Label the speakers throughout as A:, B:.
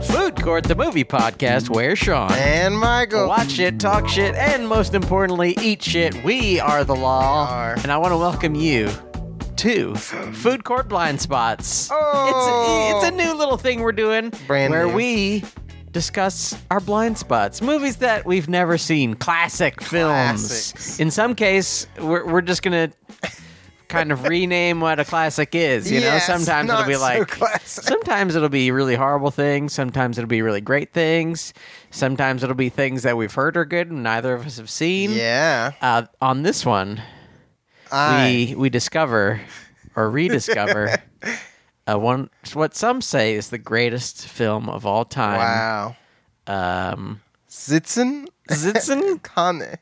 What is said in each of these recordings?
A: Escort, the movie podcast where Sean
B: And Michael.
A: watch shit, talk shit, and most importantly, eat shit. We are the law.
B: We are.
A: And I want to welcome you to Food Court Blind Spots. e,
B: Oh.
A: It's, a, it's a new little thing we're doing
B: Brand
A: where
B: new.
A: we discuss our blind spots, movies that we've never seen, classic films.
B: Classics.
A: In some case, we're, we're just going to kind of rename what a classic is. You
B: Yes,
A: know, sometimes it'll
B: not
A: be
B: so
A: like
B: classic.
A: sometimes it'll be really horrible things. Sometimes it'll be really great things. Sometimes it'll be things that we've heard are good and neither of us have seen.
B: Yeah.
A: Uh, on this one,
B: I.
A: we we discover or rediscover uh, one what some say is the greatest film of all time.
B: Wow.
A: Um,
B: Zitzen
A: Citizen
B: Kanye.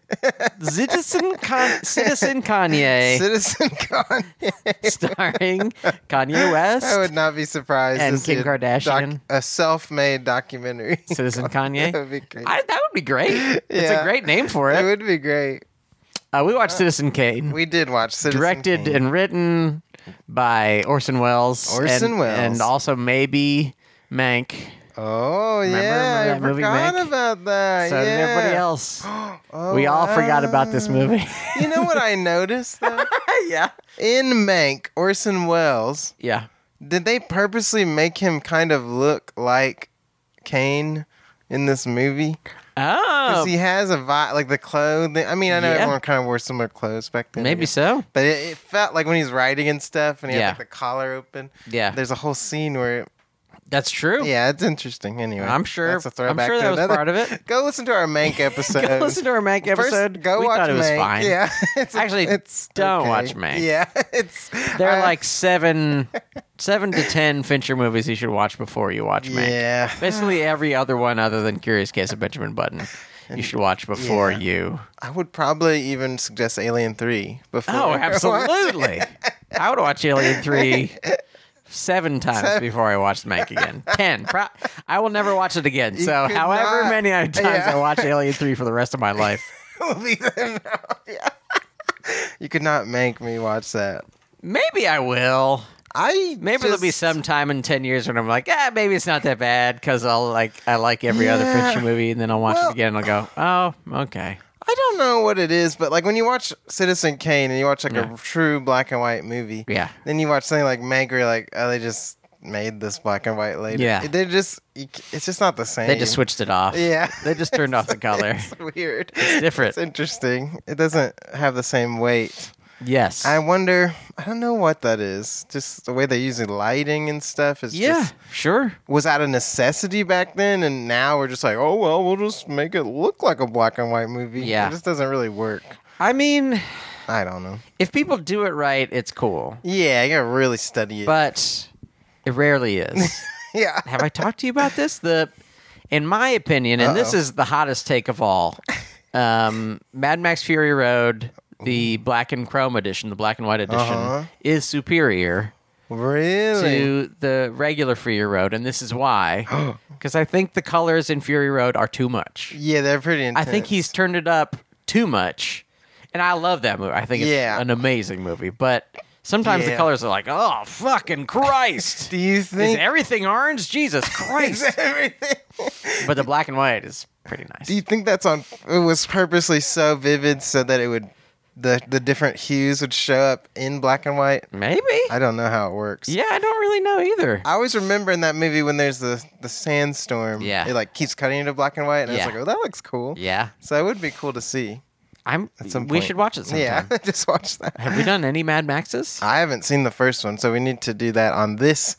A: Citizen Con- Citizen Kanye,
B: Citizen Kanye.
A: starring Kanye West.
B: I would not be surprised.
A: And
B: to see
A: Kim
B: a doc-
A: Kardashian.
B: a self-made documentary.
A: Citizen Kanye.
B: That'd be great.
A: I, that would be great. It's a
B: Yeah.
A: great name for
B: it
A: it.
B: would be great.
A: Uh, we watched Citizen Kane,
B: We did watch Citizen
A: directed
B: Kane.
A: and written by Orson Welles.
B: Orson
A: and,
B: Welles.
A: and also maybe Mank.
B: Oh
A: remember
B: yeah,
A: that movie,
B: I forgot
A: Mank?
B: about that.
A: So
B: Uh, yeah.
A: did everybody else,
B: Oh,
A: we all forgot
B: wow.
A: about this movie.
B: you know what I noticed though?
A: yeah,
B: In Mank, Orson Welles,
A: yeah.
B: did they purposely make him kind of look like Kane in this movie?
A: Oh,
B: Because he has a vibe, like the clothing. I mean, I know
A: Yeah.
B: everyone kind of wore similar clothes back then. I
A: maybe
B: guess.
A: so.
B: But it, it felt like when he's writing and stuff, and he
A: Yeah.
B: had like the collar open.
A: Yeah,
B: There's a whole scene where, it,
A: that's true.
B: yeah, it's interesting. Anyway,
A: I'm sure-
B: that's a
A: I'm
B: throwback
A: sure
B: to
A: that was
B: another-
A: part of it.
B: Go listen to our Mank episode.
A: Go listen to our Mank
B: Uh, First,
A: episode.
B: go
A: we
B: watch
A: thought it was
B: Mank.
A: fine.
B: Yeah, it's,
A: Actually, don't
B: okay.
A: watch Mank.
B: Yeah, it's
A: There are
B: I-
A: like seven, seven to ten Fincher movies you should watch before you watch Mank.
B: yeah.
A: Basically, every other one other than Curious Case of Benjamin Button, you should watch before
B: yeah.
A: you.
B: I would probably even suggest Alien Three before.
A: Oh, absolutely! I would watch Alien Three seven times before I watched Mank again. Ten. Pro- I will never watch it again. so,
B: could
A: however
B: not-
A: many times
B: yeah.
A: I watch Alien Three for the rest of my life,
B: Yeah. you could not make me watch that.
A: maybe I will.
B: I
A: Maybe there'll be
B: just-
A: some time in ten years when I'm like, ah, maybe it's not that bad because I'll like I like every other
B: Yeah.
A: Fincher movie, and then I'll watch
B: Well-
A: it again and I'll go, oh, okay.
B: I don't know what it is, but like when you watch Citizen Kane and you watch like
A: Yeah.
B: a true black and white movie,
A: Yeah.
B: Then you watch something like Mank, where you're like, oh, they just made this black and white later.
A: Yeah.
B: they're just you c- it's just not the same.
A: They just switched it off.
B: Yeah,
A: They just turned off the color.
B: It's weird.
A: different.
B: It's interesting. It doesn't have the same weight.
A: Yes.
B: I wonder. I don't know what that is. Just the way they use the lighting and stuff is
A: yeah.
B: just
A: sure.
B: was out of necessity back then, and now we're just like, oh well, we'll just make it look like a black and white movie.
A: Yeah.
B: it just doesn't really work.
A: I mean,
B: I don't know.
A: if people do it right, it's cool.
B: Yeah, you gotta really study it.
A: But it rarely is.
B: yeah,
A: Have I talked to you about this? The, in my opinion, and this
B: Uh-oh.
A: is the hottest take of all, um, Mad Max Fury Road, the black and chrome edition, the black and white edition,
B: Uh-huh.
A: is superior
B: really.
A: to the regular Fury Road, and this is why. Because I think the colors in Fury Road are too much.
B: Yeah, they're pretty
A: I
B: intense.
A: think he's turned it up too much, and I love that movie. I think it's
B: Yeah.
A: an amazing movie, but sometimes the
B: Yeah.
A: colors are like, oh fucking Christ!
B: Do you
A: Is
B: think
A: everything orange? Jesus Christ!
B: everything?
A: but the black and white is pretty nice.
B: Do you think that's on? It was purposely so vivid so that it would the the different hues would show up in black and white.
A: Maybe.
B: I don't know how it works.
A: yeah, I don't really know either.
B: I always remember in that movie when there's the the sandstorm.
A: Yeah.
B: It like keeps cutting into black and white, and
A: Yeah.
B: I was like, oh, that looks cool.
A: yeah,
B: So it would be cool to see.
A: I'm.
B: At some
A: we
B: point.
A: should watch it sometime.
B: Yeah, just watch that.
A: Have we done any Mad Maxes?
B: I haven't seen the first one, so we need to do that on this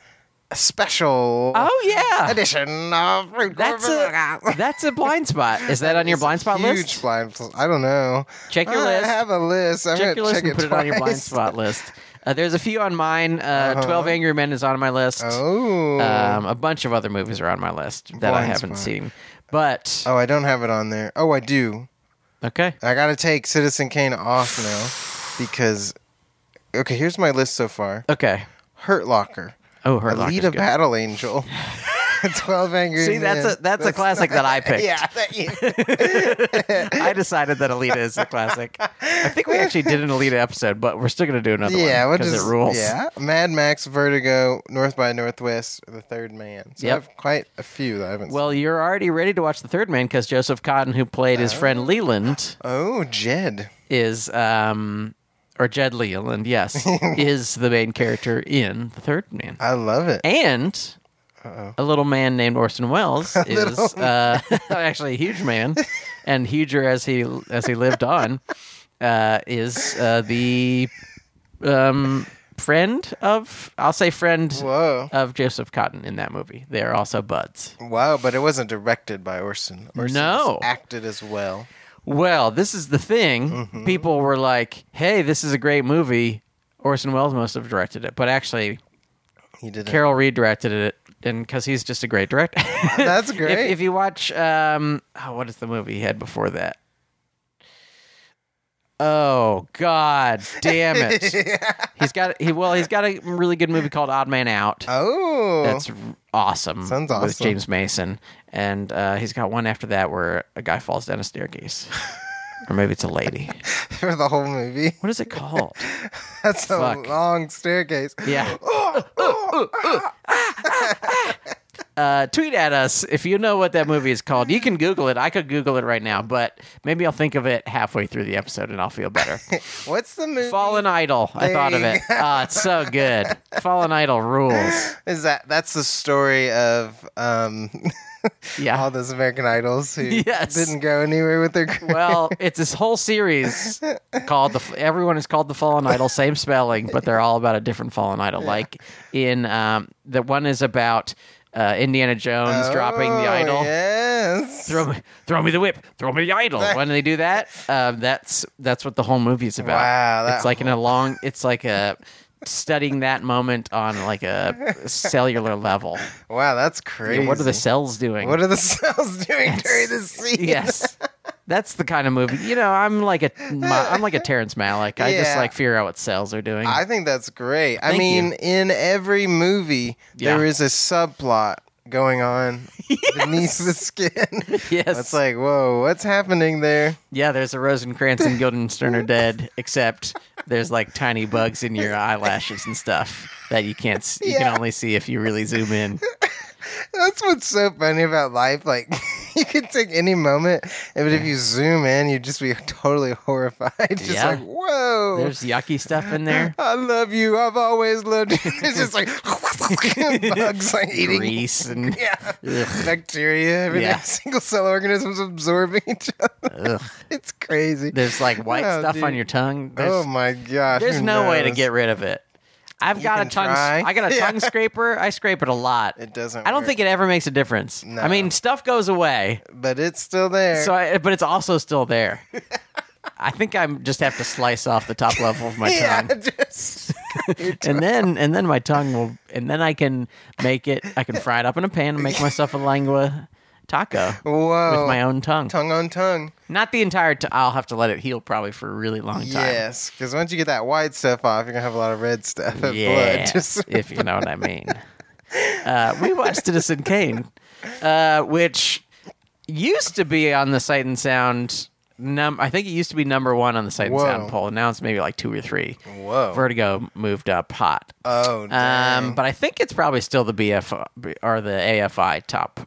B: special
A: oh yeah,
B: edition of Fruit
A: that's a
B: Corp.
A: that's a blind spot. Is that, on your
B: It's a
A: blind spot
B: huge
A: list?
B: blind spot. I don't know.
A: Check your
B: I
A: list.
B: have a list. I'm
A: check your
B: gonna
A: list and
B: check it
A: put it on your blind
B: twice.
A: spot list. Uh, there's a few on mine. Uh,
B: Uh-huh.
A: Twelve Angry Men is on my list.
B: Oh.
A: Um, a bunch of other movies are on my list that I
B: Blind
A: haven't
B: spot.
A: seen. But
B: oh, I don't have it on there. Oh, I do.
A: okay,
B: I gotta take Citizen Kane off now because. Okay, here's my list so far.
A: okay.
B: Hurt Locker,
A: Oh, her
B: Alita Battle Angel, Twelve Angry
A: See, that's
B: Men.
A: a that's a classic that I picked.
B: Yeah, that you,
A: I decided that Alita is a classic. I think we actually did an Alita episode, but we're still gonna do another
B: yeah,
A: one
B: we'll
A: because
B: just
A: it rules.
B: yeah. Mad Max, Vertigo, North by Northwest, The Third Man. So
A: Yep.
B: I have quite a few that I haven't.
A: Well, you're already ready to watch the third man because Joseph Cotton, who played
B: Oh.
A: his friend Leland,
B: seen. oh Jed,
A: is um or Jed Leland, yes, is the main character in the third man.
B: I love it.
A: And a little man named Orson Welles is uh, actually a huge man, and huger as he as he lived on, uh, is uh, the um, friend of I'll say friend
B: Whoa,
A: of Joseph Cotton in that movie. They are also buds.
B: wow! But it wasn't directed by Orson. Orson
A: No.
B: just acted as well.
A: Well, this is the thing. People were like, "Hey, this is a great movie." Orson Welles must have directed it, but actually,
B: He did.
A: Carol Reed directed it, and because he's just a great director.
B: That's
A: if,
B: great.
A: if you watch, um, oh, what is the movie he had before that? Oh God, damn it! he's got he well, he's got a really good movie called Odd Man Out.
B: oh,
A: That's r- awesome.
B: Sounds
A: With
B: awesome.
A: James Mason, and uh, he's got one after that where a guy falls down a staircase, or maybe it's a lady.
B: for the whole movie.
A: What is it called?
B: That's a
A: Fuck.
B: long staircase.
A: Yeah. Uh, tweet at us if you know what that movie is called. You can Google it. I could Google it right now, but maybe I'll think of it halfway through the episode and I'll feel better.
B: What's the movie?
A: Fallen Idol. I
B: There
A: thought of
B: you
A: it. Ah, it's so good. Fallen Idol rules.
B: Is that that's the story of um
A: Yeah.
B: all those American idols who
A: Yes.
B: didn't go anywhere with their career.
A: Well, it's this whole series called the. Everyone is called the Fallen Idol, same spelling, but they're all about a different Fallen Idol. Like in um, the one is about uh, Indiana Jones dropping the
B: Oh,
A: idol.
B: Yes.
A: Throw me, throw me the whip. Throw me the idol. When they do that, um, that's that's what the whole movie is about.
B: Wow, that
A: it's like in a long. It's like a studying that moment on like a cellular level.
B: Wow, that's crazy.
A: What are the cells doing?
B: What are the cells doing during the scene?
A: yes that's the kind of movie you know i'm like a i'm like a terrence malick i just
B: Yeah.
A: like figure out what cells are doing
B: I think that's great. I
A: Thank you.
B: mean, in every movie
A: Yeah.
B: there is a subplot going on beneath the skin.
A: yes
B: It's like, whoa, what's happening there?
A: yeah there's a rosencrantz and guildenstern are dead except there's like tiny bugs in your eyelashes and stuff that you can't s- you
B: Yeah.
A: can only see if you really zoom in
B: That's what's so funny about life. Like, you could take any moment, but if you zoom in, you'd just be totally horrified. Just
A: Yeah.
B: like, whoa,
A: there's yucky stuff in there
B: I love you. I've always loved you. It's just like bugs, like eating.
A: grease and
B: Yeah,
A: Ugh.
B: bacteria, everything,
A: Yeah.
B: single cell organisms absorbing each other.
A: ugh.
B: It's crazy.
A: there's like white
B: Oh,
A: stuff on
B: dude.
A: your tongue there's,
B: oh my gosh,
A: there's
B: who
A: no way to
B: knows?
A: get rid of it I've got a
B: can
A: tongue.
B: try.
A: I got a
B: Yeah.
A: tongue scraper. I scrape it a lot.
B: It doesn't.
A: I don't
B: work,
A: think it ever makes a difference. I
B: No.
A: mean, stuff goes away,
B: but it's still there.
A: so I, but it's also still there. I think I just have to slice off the top level of my
B: yeah,
A: tongue,
B: just
A: and then and then my tongue will, and then I can make it. I can fry it up in a pan and make myself a lingua taco
B: whoa,
A: with my own tongue.
B: tongue on tongue.
A: Not the entire. T- I'll have to let it heal probably for a really long time.
B: Yes, because once you get that white stuff off, you're gonna have a lot of red stuff and blood.
A: Yes,
B: Just
A: if you know what I mean. Uh, we watched Citizen Kane, uh, which used to be on the Sight and Sound. Num- I think it used to be number one on the Sight
B: Whoa.
A: and Sound poll. and Now it's maybe like two or three.
B: whoa.
A: Vertigo moved up hot,
B: oh, damn.
A: um, but I think it's probably still the BF or the AFI top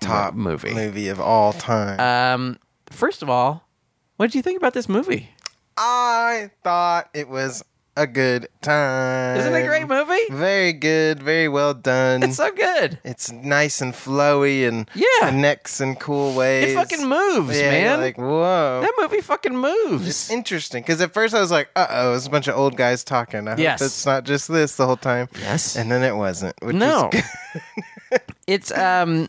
B: top
A: mo- movie.
B: movie of all time.
A: Um, first of all, what did you think about this movie?
B: I thought it was a good time.
A: Isn't it a great movie?
B: Very good. Very well done.
A: It's
B: It's,
A: so good.
B: nice and flowy and
A: Yeah.
B: connects in cool ways.
A: It fucking moves,
B: yeah, you're
A: man.
B: Like whoa.
A: that movie fucking moves.
B: Interesting, because at first I was like, "Uh oh, it's a bunch of old guys talking." I
A: Yes.
B: hope it's not just this the whole time.
A: Yes.
B: and then it wasn't. Which is
A: No.
B: good.
A: it's um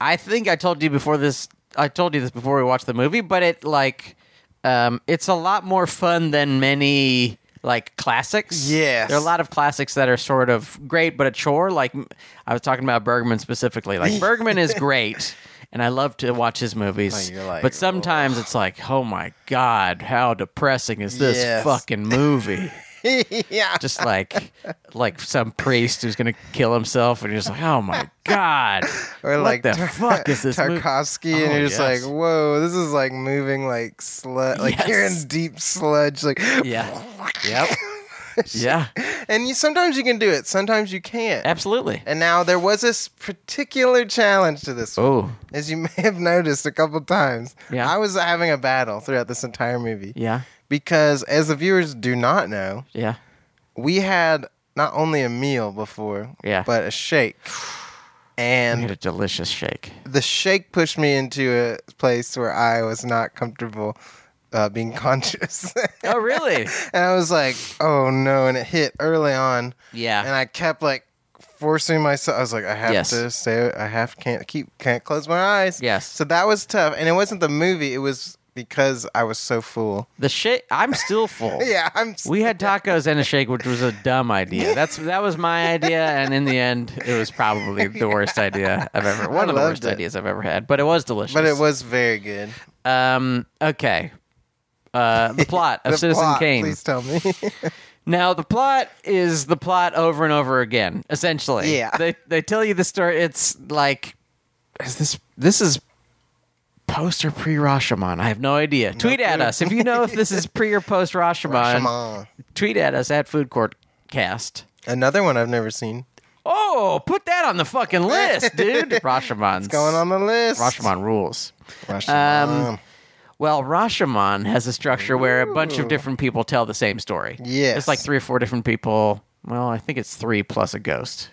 A: I think I told you before this I told you this before we watched the movie, but it like um it's a lot more fun than many like classics.
B: Yes.
A: There are a lot of classics that are sort of great but a chore. Like m- I was talking about Bergman specifically. Like Bergman is great. And I love to watch his movies,
B: But you're like, oh.
A: but oh sometimes it's like, oh my god, how depressing is this
B: Yes.
A: fucking movie?
B: yeah.
A: just like like some priest who's gonna kill himself, and you're just like, oh my god,
B: Or
A: what
B: like
A: the
B: Tar-
A: fuck is this? movie?
B: Tarkovsky, and
A: Oh,
B: you're just
A: yes.
B: like, whoa, this is like moving like sludge. Like you're
A: Yes.
B: in deep sludge. Like
A: Yeah. Yep. yeah.
B: and you sometimes you can do it, sometimes you can't.
A: Absolutely.
B: And now there was this particular challenge to this, one,
A: Oh.
B: as you may have noticed a couple times.
A: Yeah.
B: I was having a battle throughout this entire movie
A: Yeah.
B: because, as the viewers do not know,
A: Yeah.
B: we had not only a meal before,
A: Yeah.
B: but a shake.
A: I had
B: And
A: a delicious shake.
B: the shake pushed me into a place where I was not comfortable uh, being conscious.
A: Oh, really?
B: and I was like, oh no. And it hit early on. And
A: Yeah.
B: I kept like forcing myself. I was like, I have
A: Yes.
B: to stay. I have can't keep can't close my eyes.
A: Yes.
B: So that was tough, and it wasn't the movie. It was because I was so full.
A: The shake. I'm still full.
B: Yeah, I'm. s-
A: We had tacos and a shake, which was a dumb idea. That's that was my idea, and in the end, it was probably the worst idea I've ever. One of the
B: loved
A: worst
B: it.
A: ideas I've ever had, but it was delicious.
B: but it was very good.
A: Um. Okay. Uh, the plot of
B: The
A: Citizen
B: plot,
A: Kane.
B: Please tell me.
A: Now the plot is the plot over and over again, essentially.
B: Yeah.
A: They they tell you the story. It's like, is this this is post or pre Rashomon? I have no idea. tweet at us if you know if this is pre or post Rashomon.
B: Come on.
A: Tweet at us at Food Court Cast.
B: Another one I've never seen.
A: Oh, put that on the fucking list, dude. Rashomon's
B: Going on the list.
A: Rashomon Um, rules.
B: Rashomon.
A: Well, Rashomon has a structure where a bunch of different people tell the same story.
B: Yes.
A: It's like three or four different people. Well, I think it's three plus a ghost.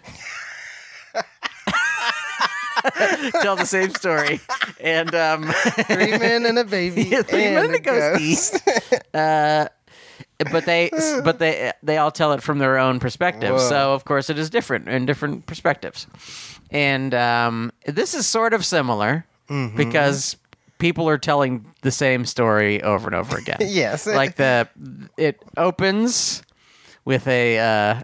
A: tell the same story. And um,
B: three men and a baby.
A: Yeah, three
B: and
A: men and a
B: ghost.
A: Uh, but they but they they all tell it from their own perspective.
B: Whoa.
A: So of course it is different in different perspectives. And um, this is sort of similar
B: Mm-hmm.
A: because people are telling the same story over and over again.
B: Yes.
A: like the it opens with a uh,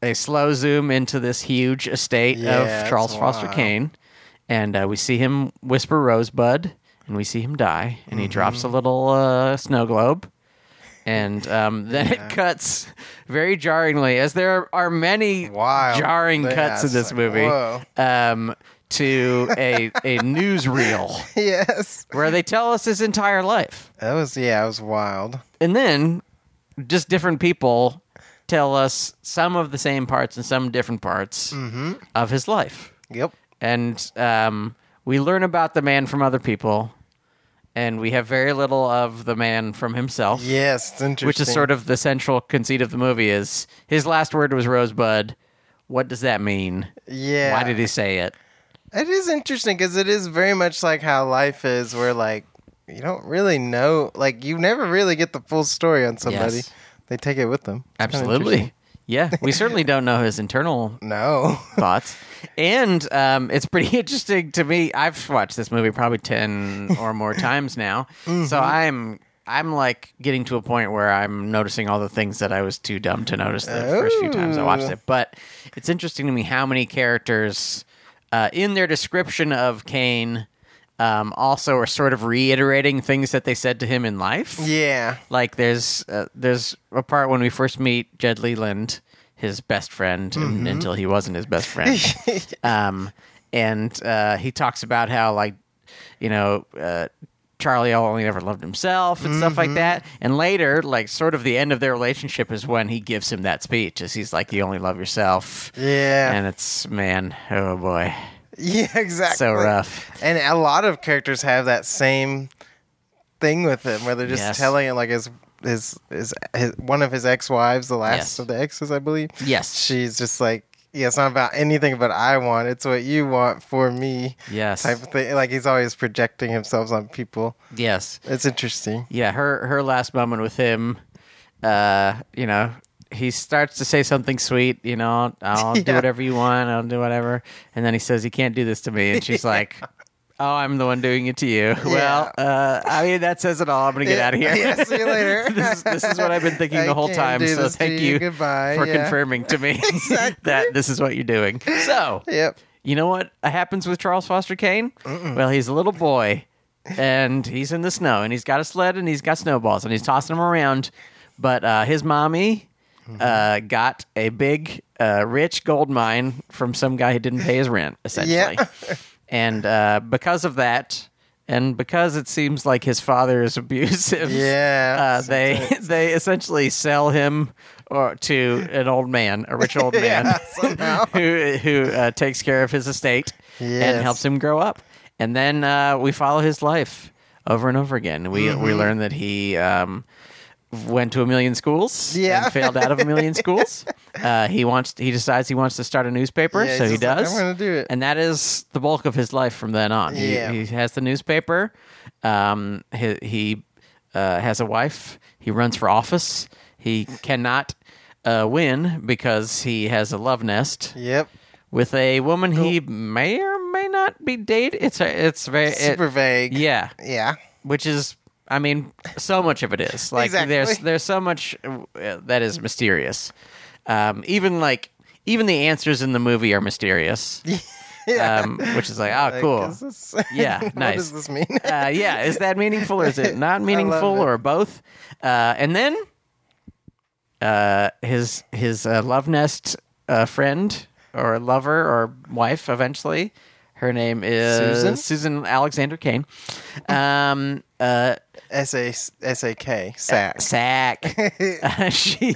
A: a slow zoom into this huge estate
B: Yeah,
A: of
B: it's
A: Charles Foster
B: wild.
A: Kane, and uh, we see him whisper Rosebud, and we see him die, and he drops a
B: Mm-hmm.
A: little uh, snow globe. And um, then it cuts very jarringly, as there are many
B: Wild.
A: jarring
B: Yeah,
A: cuts in
B: it's
A: this
B: like,
A: movie,
B: whoa.
A: um, to a a newsreel
B: yes.
A: where they tell us his entire life
B: That was yeah. It was wild.
A: and then just different people tell us some of the same parts and some different parts
B: Mm-hmm.
A: of his life
B: Yep.
A: and um, we learn about the man from other people and we have very little of the man from himself
B: Yes. It's interesting.
A: which is sort of the central conceit of the movie is his last word was rosebud what does that mean
B: Yeah.
A: why did he say it
B: It is interesting because it is very much like how life is, where like you don't really know, like you never really get the full story on somebody.
A: Yes.
B: They take it with them. It's kinda
A: absolutely
B: interesting.
A: yeah we certainly don't know his internal
B: No.
A: thoughts. And um, it's pretty interesting to me. I've watched this movie probably ten or more times now, so I'm I'm like getting to a point where I'm noticing all the things that I was too dumb to notice the first few times I watched it. But it's interesting to me how many characters uh, in their description of Kane. Um, also, are sort of reiterating things that they said to him in life.
B: yeah.
A: Like there's uh, there's a part when we first meet Jed Leland, his best friend,
B: Mm-hmm.
A: and, until he wasn't his best friend. um, and uh, he talks about how like you know uh, Charlie only ever loved himself and stuff
B: Mm-hmm.
A: like that. And later, like sort of the end of their relationship is when he gives him that speech, as he's like, "You only love yourself."
B: Yeah.
A: And it's man, oh boy,
B: yeah. Exactly.
A: so rough.
B: And a lot of characters have that same thing with him, where they're just
A: Yes.
B: telling it like his. His, his his one of his ex wives, the last
A: Yes.
B: of the exes, I believe.
A: Yes.
B: she's just like, yeah, it's not about anything but I want. It's what you want for me.
A: Yes,
B: type of thing. Like he's always projecting himself on people.
A: yes.
B: It's interesting.
A: yeah her her last moment with him uh you know he starts to say something sweet you know i'll do
B: Yeah.
A: whatever you want i'll do whatever and then he says he can't do this to me and she's like oh i'm the one doing it to you well uh i mean that says it all i'm gonna get
B: Yeah.
A: out of here
B: Yeah, see you later.
A: this, is, this is what i've been thinking
B: I
A: the whole
B: can't
A: time
B: do
A: so
B: this to
A: thank
B: you.
A: you,
B: Goodbye.
A: for
B: Yeah.
A: confirming to me that this is what you're doing so
B: Yep.
A: you know what happens with Charles Foster Kane? Well, he's a little boy and he's in the snow and he's got a sled and he's got snowballs and he's tossing them around. But uh, his mommy uh, got a big, uh, rich gold mine from some guy who didn't pay his rent, essentially. And uh, because of that, and because it seems like his father is abusive,
B: Yeah,
A: uh, they they essentially sell him or to an old man, a rich old man,
B: Yeah, somehow.
A: who who uh, takes care of his estate
B: Yes.
A: and helps him grow up. And then uh, we follow his life over and over again. We
B: Mm-hmm.
A: we learn that he um, went to a million schools
B: Yeah.
A: and failed out of a million schools. Uh, he wants he decides he wants to start a newspaper,
B: Yeah,
A: so
B: he's
A: he
B: just like,
A: does.
B: "I'm gonna do it."
A: And that is the bulk of his life from then on. He,
B: Yeah.
A: he has the newspaper. Um, he he uh, has a wife. He runs for office. He cannot uh, win because he has a love nest
B: Yep.
A: with a woman he may or may not be dating. It's a, it's very it-
B: Super vague.
A: yeah,
B: Yeah.
A: which is I mean, so much of it is like
B: Exactly.
A: there's there's so much uh, that is mysterious. Um, even like even the answers in the movie are mysterious. Um, which is like, oh,
B: Like,
A: cool.
B: is this-
A: Yeah,
B: What
A: nice.
B: does this mean?
A: uh, yeah, is that meaningful or is it not
B: it.
A: meaningful or both? Uh, and then uh, his his uh, love nest uh, friend or lover or wife eventually. Her name is
B: Susan?
A: Alexander Kane. Um, uh,
B: S A S A K sack.
A: Sack. Uh, she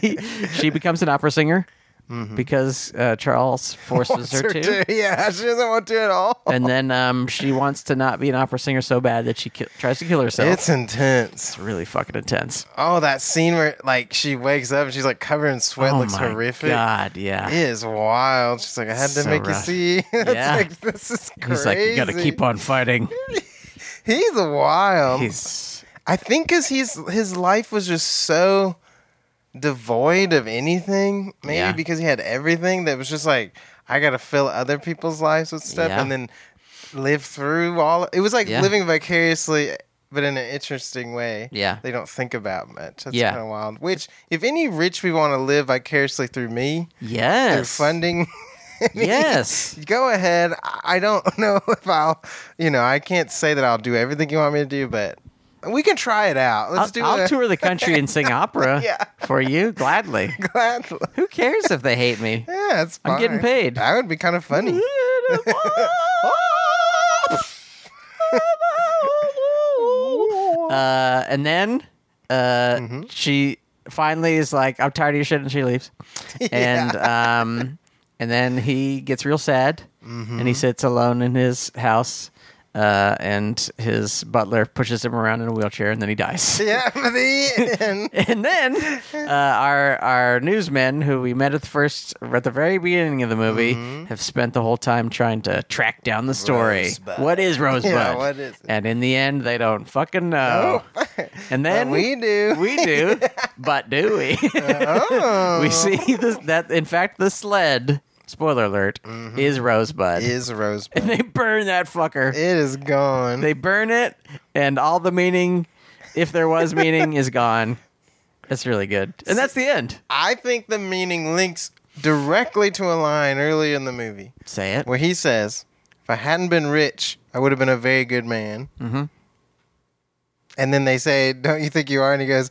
A: she becomes an opera singer
B: Mm-hmm.
A: because uh, Charles forces her to.
B: Yeah, she doesn't want to at all.
A: And then um, she wants to not be an opera singer so bad that she ki- tries to kill herself.
B: It's intense.
A: it's really fucking intense.
B: Oh, that scene where like she wakes up and she's like covered in sweat
A: oh
B: looks
A: my
B: horrific.
A: God, yeah.
B: It is wild. She's like, I had to
A: So
B: make
A: rough.
B: you see. It's
A: Yeah.
B: like, this is crazy.
A: He's like, you got to keep on fighting.
B: He's wild.
A: He's
B: I think because he's his life was just so devoid of anything. Maybe
A: Yeah.
B: because he had everything that was just like I gotta fill other people's lives with stuff
A: Yeah.
B: and then live through all. It was like
A: Yeah.
B: living vicariously, but in an interesting way.
A: Yeah.
B: they don't think about much. That's
A: Yeah.
B: kind of wild. Which, if any rich, we want to live vicariously through me through
A: yes,
B: funding. me,
A: yes,
B: Go ahead. I I don't know if I'll, you know, I can't say that I'll do everything you want me to do, but we can try it out.
A: I'll,
B: Let's do
A: I'll
B: it
A: tour the country and sing opera
B: Yeah.
A: for you gladly.
B: gladly.
A: Who cares if they hate me?
B: Yeah, it's fine.
A: I'm getting paid.
B: That would be kind of funny.
A: Uh, and then uh, she finally is like, "I'm tired of your shit," and she leaves. And um, and then he gets real sad, and he sits alone in his house, uh, and his butler pushes him around in a wheelchair, and then he dies.
B: yeah, for the end.
A: And then uh, our our newsmen, who we met at the first at the very beginning of the movie,
B: Mm-hmm.
A: have spent the whole time trying to track down the story.
B: Rosebud.
A: What is Rosebud?
B: Yeah, what is it?
A: And in the end, they don't fucking know. And then
B: we do.
A: we do, but do we? we
B: Oh.
A: see this, that. In fact, the sled. Spoiler alert:
B: Mm-hmm.
A: is Rosebud,
B: is
A: and
B: Rosebud.
A: they burn that fucker.
B: It is gone.
A: They burn it, and all the meaning, if there was meaning, is gone. That's really good, and that's the end.
B: I think the meaning links directly to a line early in the movie
A: Say it.
B: where he says, "If I hadn't been rich, I would have been a very good man." Mm-hmm. And then they say, "Don't you think you are?" And he goes,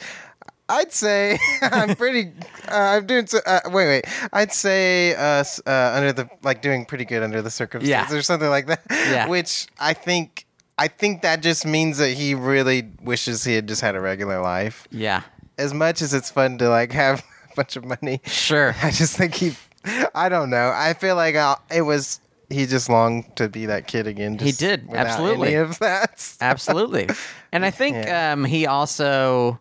B: "I'd say I'm pretty. Uh, I'm doing. So, uh, wait, wait. I'd say uh, s- uh, under the like doing pretty good under the circumstances
A: Yeah.
B: or something like that."
A: Yeah.
B: Which I think. I think that just means that he really wishes he had just had a regular life.
A: Yeah,
B: As much as it's fun to like have a bunch of money,
A: sure.
B: I just think he. I don't know. I feel like i it was. He just longed to be that kid again.
A: He
B: just
A: did,
B: without
A: absolutely.
B: Any of that.
A: Absolutely. And I think um, he also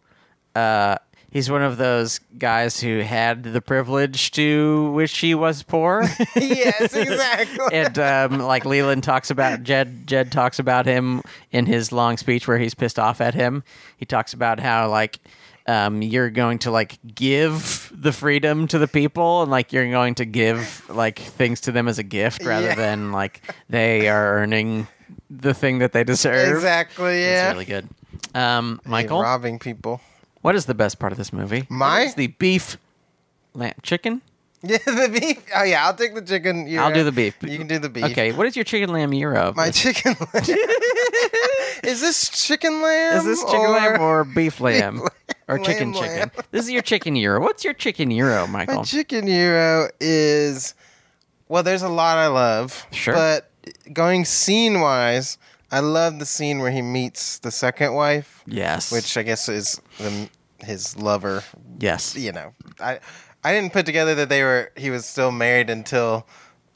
A: uh, he's one of those guys who had the privilege to wish he was poor.
B: yes, exactly.
A: and um, like Leland talks about Jed. Jed talks about him in his long speech where he's pissed off at him. He talks about how like um, you're going to like give the freedom to the people and like you're going to give like things to them as a gift rather
B: Yeah.
A: than like they are earning the thing that they deserve.
B: exactly.
A: It's
B: Yeah.
A: really good. Um,
B: Hey,
A: Michael,
B: robbing people.
A: what is the best part of this movie?
B: My-
A: What is the beef, lamb, chicken.
B: Yeah, the beef. Oh yeah, I'll take the chicken. You're
A: I'll do
B: right.
A: the beef.
B: You can do the beef.
A: Okay, what is your chicken lamb euro?
B: My chicken. lamb. Is this chicken lamb?
A: Is this chicken
B: or-
A: lamb or beef lamb? or chicken
B: Lamb,
A: chicken.
B: lamb.
A: This is your chicken euro. What's your chicken euro,
B: My
A: Michael?
B: chicken euro is well. There's a lot I love.
A: Sure.
B: But going scene wise, I love the scene where he meets the second wife,
A: yes.
B: which I guess is the, his lover.
A: yes.
B: You know, I I didn't put together that they were he was still married until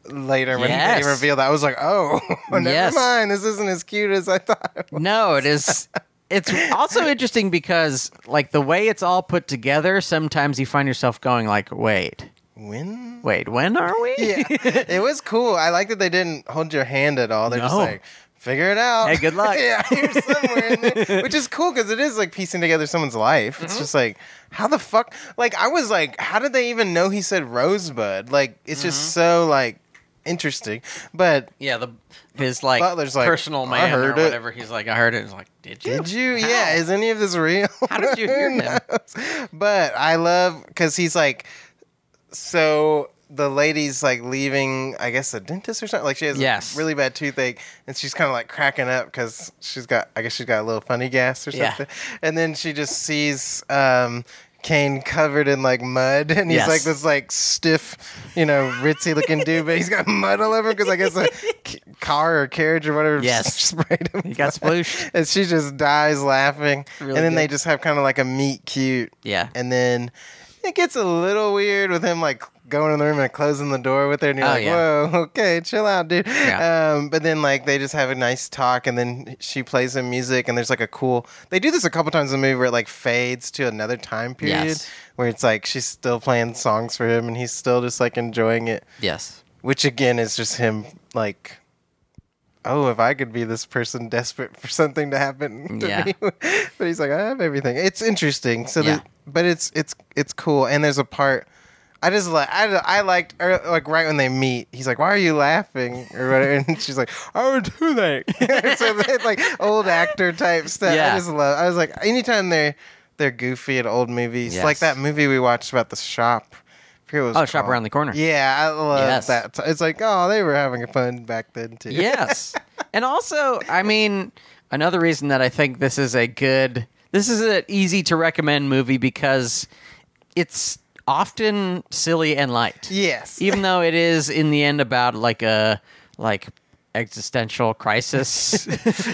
B: later when
A: Yes.
B: they revealed that. I was like, oh, never
A: Yes.
B: mind. This isn't as cute as I thought. it was.
A: No, it is. It's also interesting because, like, the way it's all put together, sometimes you find yourself going, like, wait,
B: When
A: wait, when are we?
B: yeah, it was cool. I like that they didn't hold your hand at all. They're just
A: No.
B: like, figure it out.
A: Hey, good luck.
B: yeah, you're somewhere in there, which is cool because it is like piecing together someone's life.
A: Mm-hmm.
B: It's just like, how the fuck? Like, I was like, how did they even know he said rosebud? Like, it's
A: Mm-hmm.
B: just so like interesting. But
A: Yeah, the his like
B: Butler's like,
A: personal
B: "I
A: man
B: heard
A: or
B: it."
A: whatever. He's like, I heard it. He's like, did you?
B: did you?
A: How?
B: Yeah, is any of this real?
A: How did you hear
B: Who
A: him?
B: knows? But I love because he's like, so the lady's like leaving, I guess, the dentist or something. Like she has
A: Yes.
B: really bad toothache, and she's kind of like cracking up because she's got, I guess, she's got a little funny gas or
A: Yeah.
B: something. And then she just sees. um Kane covered in like mud, and he's
A: Yes.
B: like this like stiff, you know, ritzy looking dude, but he's got mud all over him because I guess a c- car or carriage or whatever
A: Yes.
B: sprayed him.
A: He got splooshed.
B: and she just dies laughing.
A: Really
B: and then they
A: good.
B: just have kind of like a meet cute.
A: Yeah.
B: And then it gets a little weird with him like going in the room and closing the door with her, and you're
A: Oh,
B: like,
A: yeah.
B: "Whoa, okay, chill out, dude."
A: Yeah.
B: Um, but then like they just have a nice talk, and then she plays some music, and there's like a cool. They do this a couple times in the movie where it like fades to another time period.
A: Yes.
B: Where it's like she's still playing songs for him, and he's still just like enjoying it
A: Yes.
B: which again is just him like oh if i could be this person desperate for something to happen to
A: Yeah.
B: me but he's like i have everything it's interesting so
A: Yeah.
B: the, but it's it's it's cool and there's a part i just like i, I liked er, like right when they meet he's like why are you laughing or whatever and she's like i would do that so it's like old actor type stuff
A: Yeah.
B: i just love i was like anytime they're they're goofy at old movies
A: Yes.
B: like that movie we watched about the shop I forget what it was
A: Oh, Shop
B: called.
A: Around the Corner.
B: Yeah, I love
A: Yes.
B: that. t- It's like, oh, they were having fun back then too.
A: yes. And also, I mean, another reason that I think this is a good, this is an easy to recommend movie because it's often silly and light.
B: Yes.
A: Even though it is in the end about like a like existential crisis,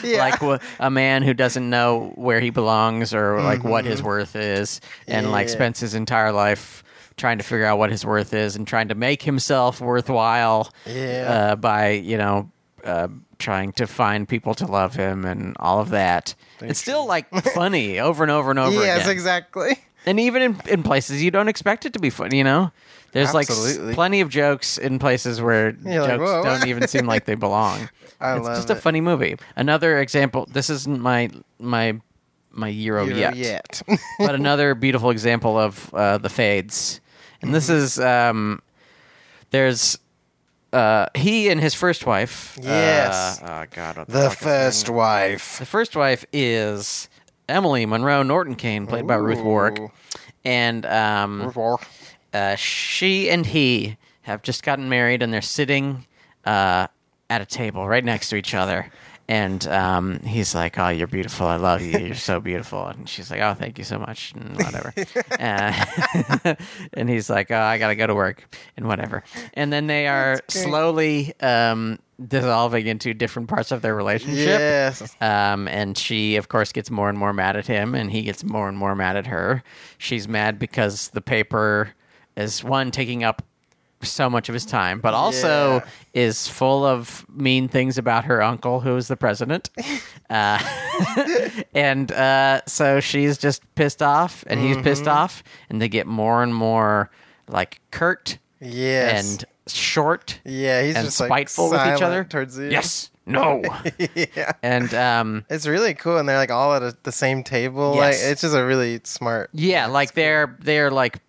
B: Yeah.
A: like wha- a man who doesn't know where he belongs or like what his worth is, and like
B: Mm-hmm. Yeah.
A: spends his entire life trying to figure out what his worth is and trying to make himself worthwhile
B: Yeah.
A: uh, by you know uh, trying to find people to love him and all of that. it's still like funny over and over and over
B: yes,
A: again,
B: exactly.
A: and even in, in places you don't expect it to be funny. You know, there's like
B: Absolutely.
A: s- plenty of jokes in places where
B: You're like,
A: jokes
B: "Whoa."
A: don't even seem like they belong.
B: I
A: it's
B: love
A: just a
B: it.
A: funny movie. Another example. This isn't my my my Euro,
B: You're
A: Oh, yet
B: yet.
A: but another beautiful example of uh, the fades. And
B: Mm-hmm.
A: this is um, there's uh, he and his first wife.
B: Yes.
A: Uh, oh God. what
B: the
A: fuck is her name?
B: first wife.
A: The first wife is Emily Monroe Norton Kane, played by Ruth Warwick,
B: Ooh.
A: and um, uh, she and he have just gotten married, and they're sitting uh, at a table right next to each other. And um, he's like, "Oh, you're beautiful. I love you. You're so beautiful." And she's like, "Oh, thank you so much." And whatever. uh, and he's like, "Oh, I gotta go to work." And whatever. And then they are
B: great.
A: slowly um, dissolving into different parts of their relationship.
B: Yes.
A: Um, and she, of course, gets more and more mad at him, and he gets more and more mad at her. She's mad because the paper is one taking up so much of his time, but also
B: Yeah.
A: is full of mean things about her uncle, who is the president. Uh, and uh, so she's just pissed off, and he's pissed
B: Mm-hmm.
A: off, and they get more and more like curt
B: Yes.
A: and short
B: yeah, he's
A: and
B: just
A: spiteful
B: like,
A: with each
B: silent
A: other.
B: Towards you.
A: Yes. No.
B: yeah.
A: and um,
B: It's really cool, and they're like all at a, the same table.
A: Yes.
B: Like it's just a really smart.
A: Yeah, like they're they're like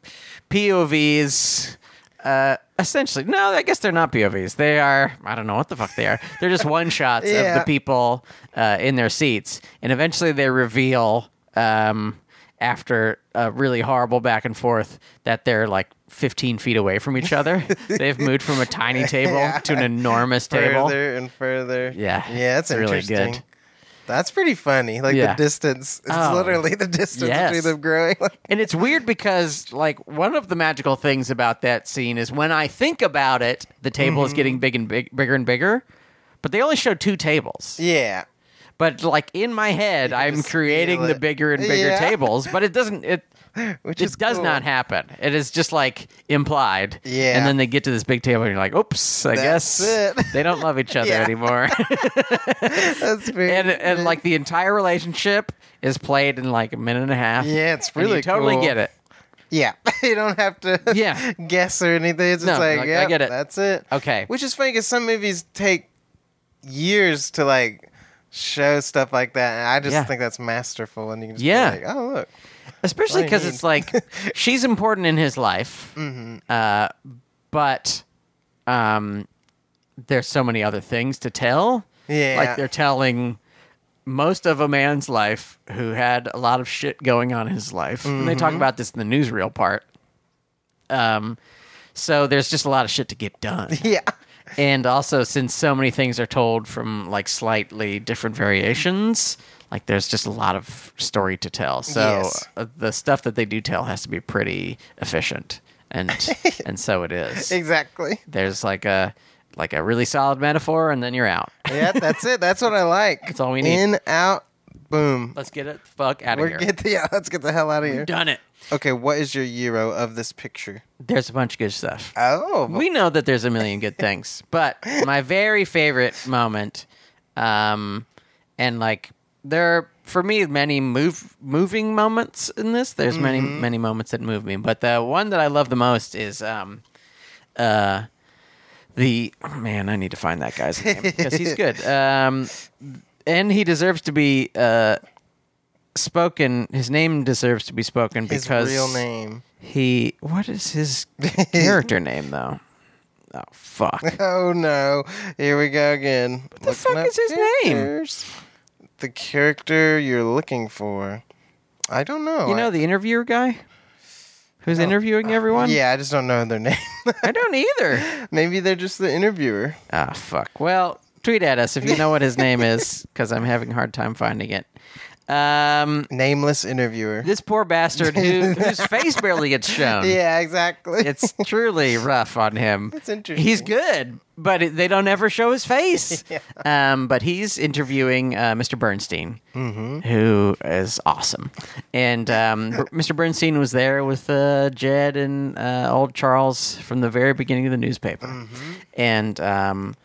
A: POVs. Uh, essentially, no, I guess they're not POVs. They are I don't know what the fuck they are. They're just one shots of
B: Yeah.
A: the people uh, in their seats, and eventually they reveal um, after a really horrible back and forth that they're like. 15 feet away from each other. They've moved from a tiny table to an enormous table.
B: Further and further.
A: Yeah.
B: Yeah, that's
A: it's really
B: interesting.
A: good.
B: That's pretty funny. Like
A: Yeah.
B: the distance. It's
A: Oh.
B: literally the distance
A: Yes.
B: between them growing.
A: And it's weird because, like, one of the magical things about that scene is when I think about it, the table
B: Mm-hmm.
A: is getting big and big, bigger and bigger. But they only show two tables.
B: yeah.
A: But like in my head, I'm
B: just
A: creating
B: feel
A: the
B: it.
A: bigger and bigger
B: Yeah.
A: tables. But it doesn't. It
B: Which
A: it
B: is
A: does
B: cool.
A: not happen. It is just like implied.
B: Yeah.
A: And then they get to this big table, and you're like, "Oops, I
B: That's
A: guess
B: it.
A: they don't love each other
B: Yeah.
A: anymore."
B: That's very
A: and and like the entire relationship is played in like a minute and a half.
B: Yeah, it's
A: And you
B: really
A: totally
B: cool.
A: get it.
B: Yeah, you don't have to
A: Yeah.
B: guess or anything. It's just
A: No,
B: like,
A: like, I
B: yeah,
A: get it.
B: That's it.
A: Okay.
B: Which is funny because some movies take years to like show stuff like that, and I just
A: Yeah.
B: think that's masterful. And you can just
A: Yeah.
B: be like, oh look,
A: especially
B: What do you
A: because it's
B: mean? Mm-hmm.
A: like she's important in his life, uh, but um, there's so many other things to tell.
B: Yeah.
A: like they're telling most of a man's life who had a lot of shit going on in his life, and they
B: Mm-hmm.
A: talk about this in the newsreel part. Um, so there's just a lot of shit to get done.
B: yeah,
A: And also, since so many things are told from like slightly different variations, like there's just a lot of story to tell. So
B: Yes.
A: uh, the stuff that they do tell has to be pretty efficient, and and so it is.
B: exactly.
A: There's like a like a really solid metaphor, and then you're out.
B: Yeah, that's it. That's what I like.
A: That's all we need.
B: In out, boom.
A: Let's get it the fuck out of
B: We're
A: here.
B: get the yeah. Let's get the hell out of here.
A: Done it.
B: Okay, what is your euro of this picture?
A: There's a bunch of good stuff.
B: Oh,
A: we know that there's a million good things, but my very favorite moment, um, and like there are, for me many move moving moments in this. There's many
B: Mm-hmm.
A: many moments that move me, but the one that I love the most is um, uh, the oh, man. I need to find that guy's name because he's good, um, and he deserves to be uh spoken. His name deserves to be spoken
B: his
A: because
B: real name.
A: he what is his character name though? Oh fuck.
B: Oh no! Here we go again. What the
A: fuck is his name?
B: name? The character you're looking for. I don't know.
A: You know
B: Oh, I- Oh, uh,
A: the interviewer guy? Who's interviewing everyone?
B: yeah, I just don't know their name.
A: I don't either.
B: Maybe they're just the interviewer.
A: Ah fuck. Well, tweet at us if you know what his name is cuz I'm having a hard time finding it. Um
B: Nameless interviewer.
A: this poor bastard who, whose face barely gets shown.
B: Yeah, exactly.
A: It's truly rough on him.
B: That's interesting.
A: He's good, but it, they don't ever show his face.
B: Yeah.
A: Um, but he's interviewing uh, Mr. Bernstein,
B: Mm-hmm.
A: who is awesome. And um, Br- Mr. Bernstein was there with uh, Jed and uh, old Charles from the very beginning of the newspaper.
B: Mm-hmm.
A: And um,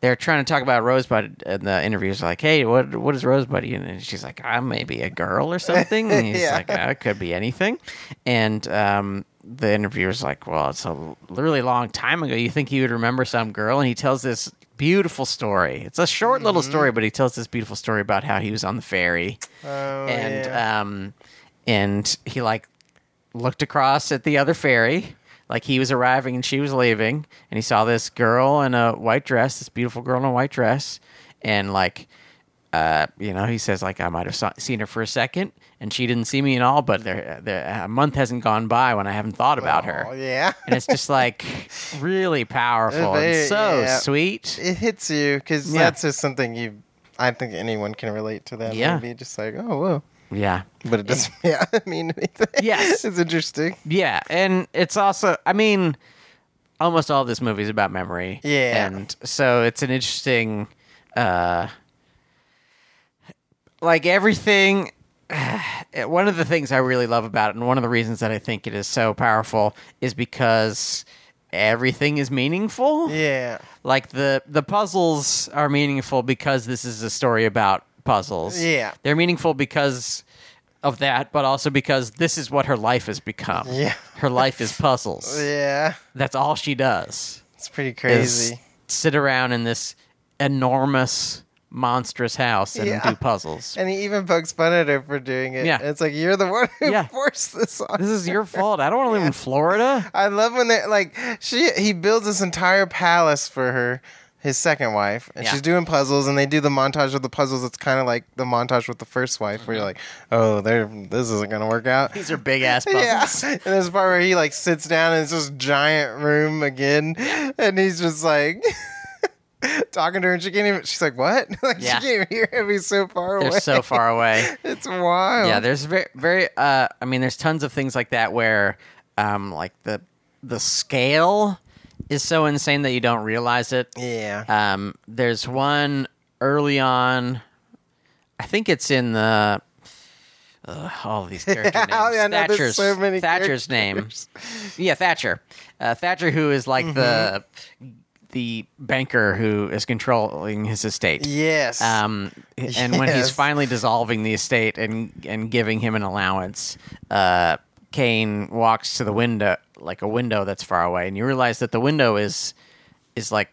A: they're trying to talk about Rosebud, and the interviewer's like, "Hey, what what is Rosebud?" in?" And she's like, "I may be a girl or something." And he's
B: Yeah.
A: like, "Uh, "It could be anything." And um, the interviewer's like, "Well, it's a l- really long time ago. You think he would remember some girl?" And he tells this beautiful story. It's a short little story, but he tells this beautiful story about how he was on the ferry
B: oh,
A: and
B: yeah.
A: um and he like looked across at the other ferry like he was arriving and she was leaving and he saw this girl in a white dress this beautiful girl in a white dress and like uh, you know, he says like I might have saw- seen her for a second, and she didn't see me at all. But there, there, a month hasn't gone by when I haven't thought about
B: Oh,
A: her,
B: yeah.
A: and it's just like really powerful and
B: Very-
A: so
B: yeah.
A: sweet.
B: It hits you because
A: Yeah.
B: that's just something you. I think anyone can relate to that.
A: Yeah.
B: Maybe just like, oh, whoa.
A: Yeah,
B: But it doesn't yeah, mean anything.
A: Yes.
B: it's interesting.
A: Yeah, and it's also I mean, almost all this movie is about memory.
B: Yeah.
A: And so it's an interesting uh like everything eh, one of the things I really love about it and one of the reasons that I think it is so powerful is because everything is meaningful
B: Yeah.
A: like the the puzzles are meaningful because this is a story about puzzles.
B: Yeah.
A: They're meaningful because of that, but also because this is what her life has become.
B: Yeah.
A: Her life is puzzles.
B: Yeah.
A: That's all she does.
B: It's pretty
A: is
B: crazy.
A: sit around in this enormous monstrous house and
B: Yeah.
A: do puzzles.
B: And he even pokes fun at her for doing it.
A: Yeah.
B: It's like you're the one who
A: Yeah.
B: forced this on.
A: This is your fault. I don't want to live in Florida.
B: I love when they like she he builds this entire palace for her, his second wife, and
A: Yeah.
B: she's doing puzzles and they do the montage of the puzzles. It's kinda like the montage with the first wife where you're like,
A: Mm-hmm.
B: Oh, they're this isn't gonna work out.
A: These are big ass
B: Yeah.
A: puzzles.
B: And there's a part where he like sits down and it's this giant room again and he's just like talking to her, and she can't even. She's like, "What?" like
A: Yeah.
B: she can't even hear him. He's so far away.
A: They're so far away.
B: It's wild.
A: Yeah, there's very, very. Uh, I mean, there's tons of things like that where, um, like the the scale is so insane that you don't realize it.
B: Yeah.
A: Um, there's one early on. I think it's in the. Ugh, all these character names.
B: Oh, yeah, I know, there's
A: Thatcher's,
B: so many
A: Thatcher's name. Yeah, Thatcher. Uh, Thatcher, who is like the
B: Mm-hmm.
A: the banker who is controlling his estate.
B: Yes.
A: Um, and when he's
B: Yes.
A: finally dissolving the estate and and giving him an allowance, uh, Kane walks to the window, like a window that's far away, and you realize that the window is is like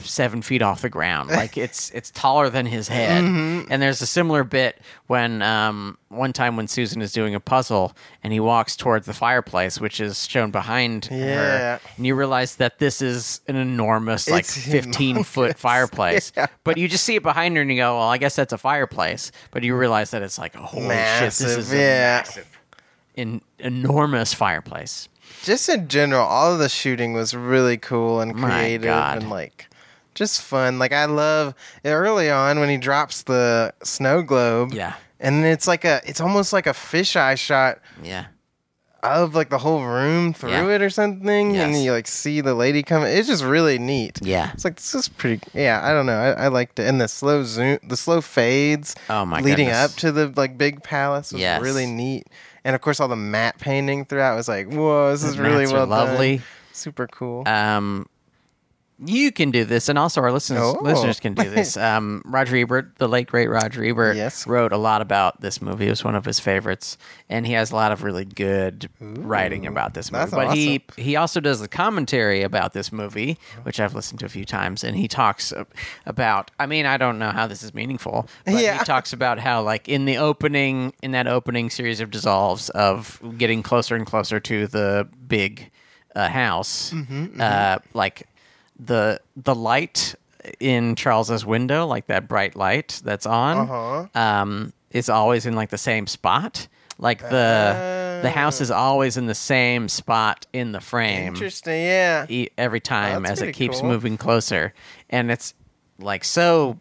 A: seven feet off the ground, like it's it's taller than his head.
B: Mm-hmm.
A: And there's a similar bit when um, one time when Susan is doing a puzzle and he walks towards the fireplace, which is shown behind
B: Yeah.
A: her, and you realize that this is an enormous, like
B: It's
A: 15 foot fireplace. But you just see it behind her and you go, well, I guess that's a fireplace. But you realize that it's like, holy shit,
B: Massive,
A: this is an
B: yeah.
A: enormous fireplace.
B: just in general, all of the shooting was really cool and
A: My
B: creative
A: God.
B: and like just fun. Like I love early on when he drops the snow globe.
A: Yeah.
B: And it's like a it's almost like a fisheye shot
A: Yeah.
B: of like the whole room through
A: Yeah.
B: it or something.
A: Yes.
B: And you like see the lady coming. It's just really neat.
A: Yeah.
B: It's like this is pretty yeah, I don't know. I, I liked it. And the slow zoom the slow fades
A: Oh, my
B: leading
A: goodness.
B: up to the like big palace was
A: Yes.
B: really neat. And of course all the matte painting throughout was like, whoa, this is really
A: mats are
B: well
A: lovely.
B: done. Super cool.
A: Um, you can do this, and also our listeners
B: Oh.
A: listeners can do this. Um, Roger Ebert, the late great Roger Ebert,
B: Yes.
A: wrote a lot about this movie. It was one of his favorites, and he has a lot of really good writing about this movie.
B: that's
A: but he he also does the commentary about this movie, which I've listened to a few times, and he talks a- about. I mean, I don't know how this is meaningful, but
B: Yeah.
A: he talks about how like in the opening in that opening series of dissolves of getting closer and closer to the big uh, house uh, like the the light in Charles's window like that bright light that's on um, is always in like the same spot like the the house is always in the same spot in the frame
B: Interesting, yeah.
A: e- every time
B: that's
A: as it
B: pretty
A: keeps
B: cool.
A: moving closer and it's like so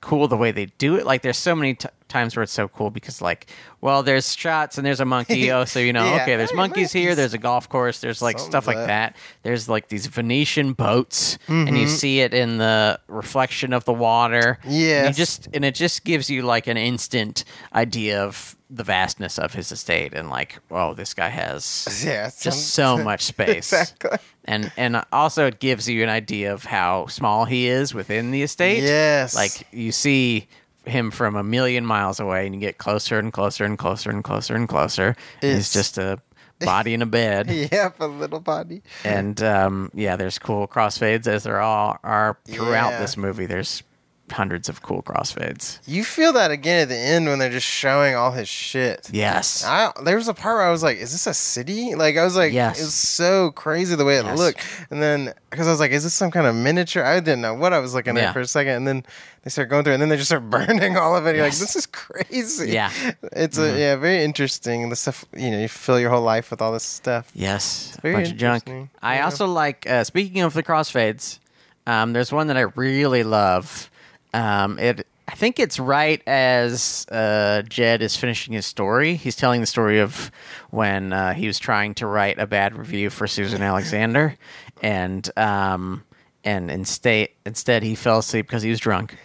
A: cool the way they do it like there's so many t- times where it's so cool because like well there's shots and there's a monkey oh so you know
B: Yeah.
A: okay there's
B: Hey,
A: monkeys here
B: monkeys.
A: there's a golf course there's like
B: Something's
A: stuff like
B: up.
A: that there's like these venetian boats and
B: Mm-hmm.
A: you see it in the reflection of the water And you
B: Yes.
A: just and it just gives you like an instant idea of the vastness of his estate and like oh this guy has
B: Yeah, it's
A: just so much space
B: Exactly.
A: and and also it gives you an idea of how small he is within the estate
B: Yes.
A: like you see him from a million miles away and you get closer and closer and closer and closer and closer and he's
B: It's-
A: just a body in a bed
B: Yep, a little body.
A: and um, yeah there's cool crossfades as there all are throughout
B: Yeah.
A: this movie there's hundreds of cool crossfades
B: You feel that again at the end when they're just showing all his shit.
A: yes
B: I, there was a part where I was like, "Is this a city?" Like I was like,
A: Yes.
B: "It was so crazy the way it
A: Yes.
B: looked." And then because I was like, "Is this some kind of miniature?" I didn't know what I was looking
A: Yeah.
B: at for a second. And then they start going through, and then they just start burning all of it. You're
A: Yes.
B: like, "This is crazy."
A: Yeah. Mm-hmm.
B: it's a, yeah, very interesting. The stuff you know, you fill your whole life with all this stuff.
A: Yes, a
B: very
A: bunch of junk.
B: interesting.
A: I also like. Uh, speaking of the crossfades, um, there's one that I really love. Um, it, I think it's right as uh, Jed is finishing his story. He's telling the story of when uh, he was trying to write a bad review for Susan Alexander, and um, and instead instead he fell asleep because he was drunk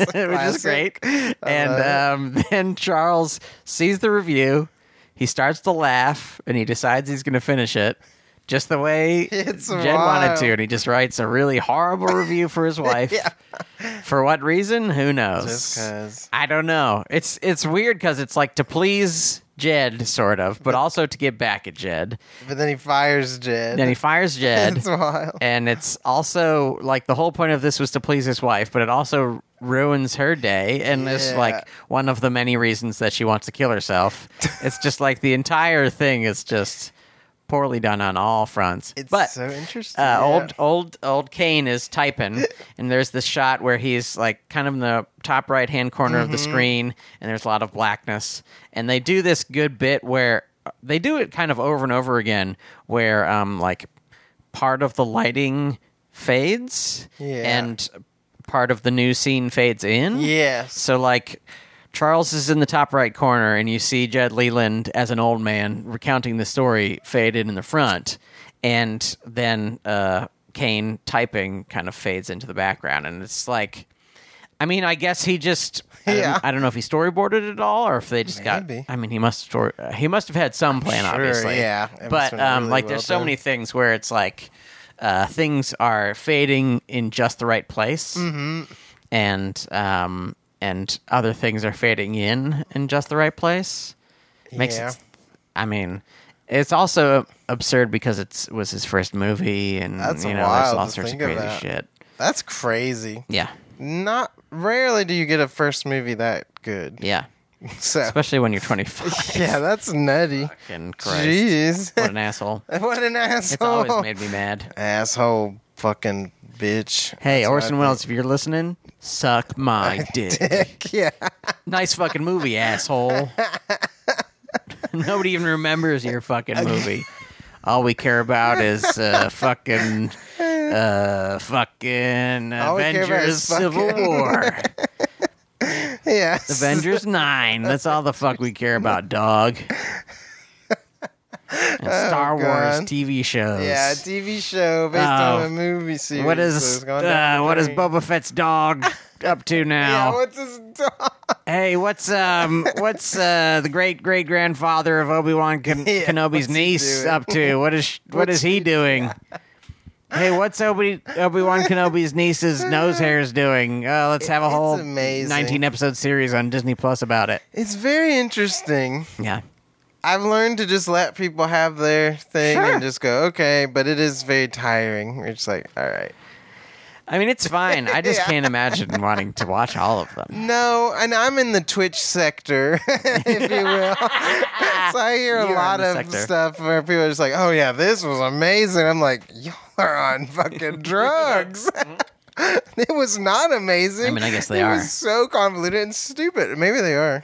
A: which is
B: classic.
A: great. And um, then Charles sees the review. He starts to laugh, and he decides he's going to finish it just the way
B: It's
A: Jed wanted
B: wild.
A: to. And he just writes a really horrible review for his wife. For what reason? Who knows?
B: Just 'cause.
A: I don't know. It's it's weird because it's like to please Jed, sort of, but also to get back at Jed.
B: But then he fires Jed.
A: Then he fires Jed.
B: It's wild.
A: and it's also like the whole point of this was to please his wife, but it also ruins her day and it's
B: Yeah.
A: like one of the many reasons that she wants to kill herself. it's just like the entire thing is just poorly done on all fronts.
B: It's
A: but
B: so interesting.
A: uh,
B: yeah.
A: old old old Kane is typing, and there's this shot where he's like kind of in the top right hand corner of the
B: Mm-hmm.
A: screen, and there's a lot of blackness. And they do this good bit where uh, they do it kind of over and over again, where um like part of the lighting fades
B: Yeah.
A: and part of the new scene fades in.
B: Yes.
A: So like Charles is in the top right corner and you see Jed Leland as an old man recounting the story faded in the front and then uh Kane typing kind of fades into the background and it's like I mean, I guess he just I don't-
B: Yeah.
A: I don't know if he storyboarded it all or if they just
B: Maybe.
A: got I mean, he must story uh, he must have had some plan
B: Sure,
A: obviously.
B: yeah. It must have
A: But
B: been
A: um
B: really
A: like
B: well
A: there's so
B: done.
A: many things where it's like uh things are fading in just the right place
B: Mm-hmm.
A: and um and other things are fading in in just the right place makes
B: Yeah.
A: it i mean it's also absurd because it's was his first movie and
B: That's
A: you know there's
B: wild
A: all
B: to
A: sorts of
B: think of
A: crazy
B: that.
A: shit
B: That's crazy.
A: yeah
B: Not rarely do you get a first movie that good.
A: yeah
B: So
A: especially when you're 25
B: yeah, that's nutty.
A: Fucking Christ.
B: Jeez.
A: what an asshole
B: what an
A: it's
B: asshole.
A: always made me mad
B: Asshole fucking bitch.
A: hey
B: That's what
A: orson
B: I
A: welles if you're listening suck my dick
B: think. yeah.
A: nice fucking movie, asshole. Nobody even remembers your fucking movie. All we care about is uh, fucking, uh, fucking
B: All we care about
A: Avengers
B: is fucking-
A: Civil War,
B: Yeah.
A: Avengers Nine. That's all the fuck we care about, dog. And Star Wars
B: Oh, God.
A: TV shows.
B: Yeah, a TV show based on
A: Oh.
B: a movie series.
A: what
B: so
A: is
B: it's gone
A: uh,
B: down the
A: what is
B: drain.
A: Boba Fett's dog up to now?
B: Yeah, what's his dog?
A: Hey, what's um, what's uh, the great great grandfather of Obi Wan Ken-
B: Yeah, what's
A: Kenobi's
B: he
A: niece
B: doing?
A: up to? What is what
B: What's
A: is he
B: he-
A: doing? Hey, what's Obi Obi Wan Kenobi's niece's nose hairs doing? Uh, let's have a
B: It's
A: whole
B: amazing.
A: nineteen episode series on Disney Plus about it.
B: It's very interesting.
A: Yeah,
B: I've learned to just let people have their thing
A: Sure.
B: and just go, okay, but it is very tiring. You're just like, all right.
A: I mean it's fine. I just
B: Yeah.
A: can't imagine wanting to watch all of them.
B: No, and I'm in the Twitch sector, if you will. so I hear
A: You're
B: a
A: in
B: lot
A: the
B: of
A: sector.
B: stuff where people are just like, oh, yeah, this was amazing. I'm like, y'all are on fucking drugs. it was not amazing.
A: Mm-hmm. I mean, I guess they
B: it
A: are.
B: was so convoluted and stupid. Maybe they are.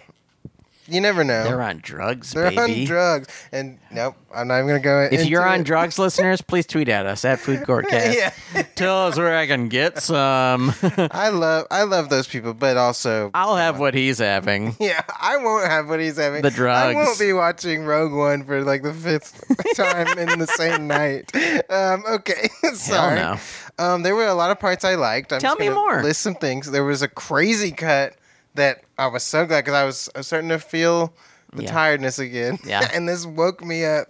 B: You never know.
A: They're on drugs,
B: They're
A: baby.
B: on drugs. And nope, I'm not even going to go
A: if you're
B: into
A: on
B: it.
A: drugs, listeners, please tweet at us at Food Courtcast.
B: Yeah.
A: Tell us where I can get some.
B: I love I love those people, but also
A: I'll have what he's having.
B: yeah, I won't have what he's having.
A: The
B: I
A: drugs.
B: won't be watching Rogue One for like the fifth time in the same night. Um, okay, sorry.
A: no.
B: Um, there were a lot of parts I liked. I'm
A: Tell
B: just
A: me
B: gonna
A: more.
B: List some things. There was a crazy cut that I was so glad because I was I was starting to feel the
A: Yeah.
B: tiredness again.
A: Yeah.
B: and this woke me up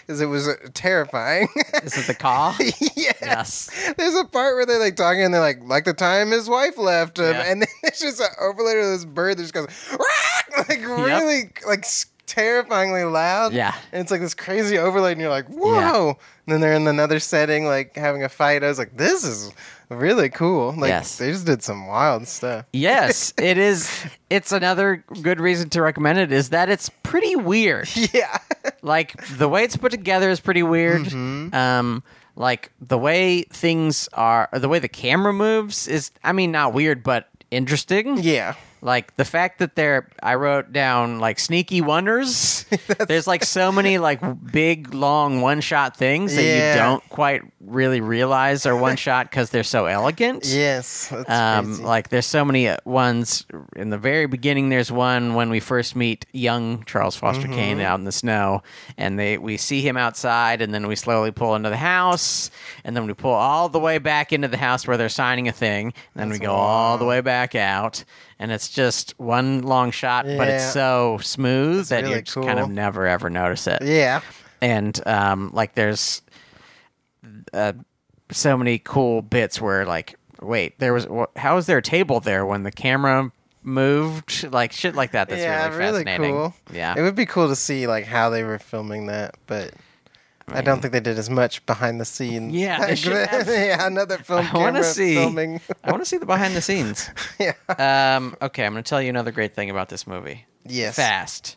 B: because it was uh, terrifying.
A: Is it the call?
B: yeah.
A: yes.
B: There's a part where they're like talking and they're like, like the time his wife left him,
A: Yeah.
B: and then there's just an overlay of this bird that just goes, "Rah!" like really, like s- terrifyingly loud.
A: Yeah.
B: and it's like this crazy overlay, and you're like, whoa. And then they're in another setting, like having a fight. I was like, this is really cool. Like
A: Yes.
B: they just did some wild stuff.
A: Yes, it is. It's another good reason to recommend it is that it's pretty weird.
B: Yeah,
A: Like the way it's put together is pretty weird.
B: Mm-hmm.
A: Um, like the way things are, the way the camera moves is, I mean, not weird, but interesting.
B: yeah.
A: Like the fact that there, I wrote down like sneaky wonders. There's like so many like big, long one shot things that
B: Yeah.
A: you don't quite really realize are one shot because they're so elegant.
B: Yes, that's
A: Um,
B: crazy.
A: like there's so many uh, ones in the very beginning. There's one when we first meet young Charles Foster
B: Mm-hmm.
A: Kane out in the snow, and they we see him outside, and then we slowly pull into the house, and then we pull all the way back into the house where they're signing a thing, and then we go all the way back out, and it's just one long shot, but
B: Yeah.
A: it's so smooth that you
B: really
A: just kind
B: cool.
A: of never ever notice it
B: yeah,
A: and um, like there's uh, so many cool bits where like wait there was wh- how is there a table there when the camera moved like shit like that that's
B: yeah,
A: really fascinating
B: cool.
A: yeah
B: it would be cool to see like how they were filming that, but I don't think they did as much behind the scenes.
A: Yeah, they should have.
B: yeah, another film
A: I want
B: camera
A: to see
B: filming.
A: I want to see the behind the scenes
B: yeah.
A: um, okay I'm gonna tell you another great thing about this movie
B: Yes.
A: fast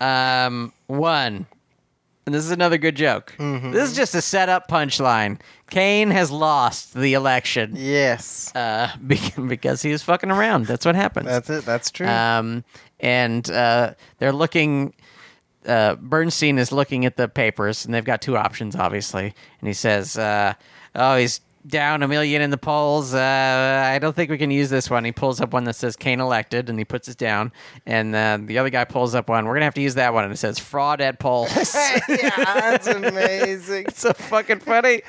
A: um, one and this is another good joke
B: Mm-hmm.
A: this is just a setup punchline Kane has lost the election
B: Yes.
A: uh, be- because he was fucking around. That's what happens.
B: That's it. That's true.
A: um, and uh, they're looking. Uh, Bernstein is looking at the papers, and they've got two options, obviously. And he says, uh, "Oh, he's down a million in the polls. Uh, I don't think we can use this one. He pulls up one that says Kane elected and he puts it down. And uh, the other guy pulls up one. We're going to have to use that one. And it says fraud at polls.
B: yeah, that's amazing.
A: it's so fucking funny.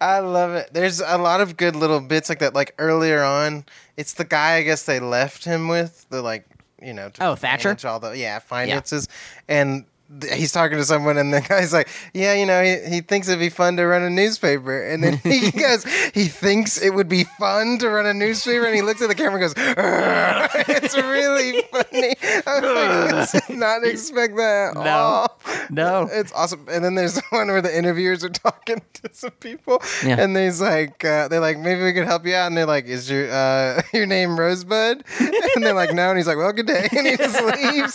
B: I love it. There's a lot of good little bits like that. Like earlier on, it's the guy I guess they left him with the like you know to
A: Oh, Thatcher?
B: manage all the yeah finances and. th- He's talking to someone, and the guy's like, "Yeah, you know, he, he thinks it'd be fun to run a newspaper." And then he goes, "He thinks it would be fun to run a newspaper." And he looks at the camera, and goes, "Urgh." "It's really funny." I was like, I did not expect that. at
A: No.
B: all.
A: No.
B: It's awesome. And then there's one where the interviewers are talking to some people,
A: Yeah.
B: and there's like, uh, they're like, maybe we could help you out. And they're like, is your uh, your name Rosebud? and they're like, no. And he's like, well, good day. And he just leaves.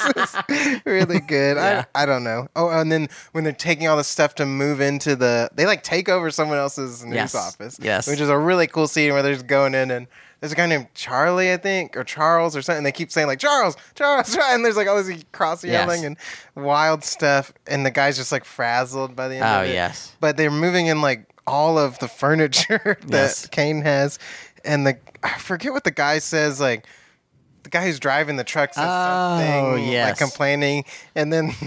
B: It's really good.
A: Yeah.
B: I, I don't know. Oh, and then when they're taking all the stuff to move into the, they like take over someone else's news
A: Yes.
B: office.
A: Yes.
B: Which is a really cool scene where they're just going in and. There's a guy named Charlie, I think, or Charles, or something. They keep saying like Charles, Charles, Charles, and there's like all this cross
A: Yes.
B: yelling and wild stuff, and the guy's just like frazzled by the end.
A: Oh,
B: of it.
A: yes.
B: But they're moving in like all of the furniture that
A: Yes.
B: Kane has, and the I forget what the guy says. Like the guy who's driving the truck says
A: Oh,
B: something,
A: yes.
B: like complaining, and then.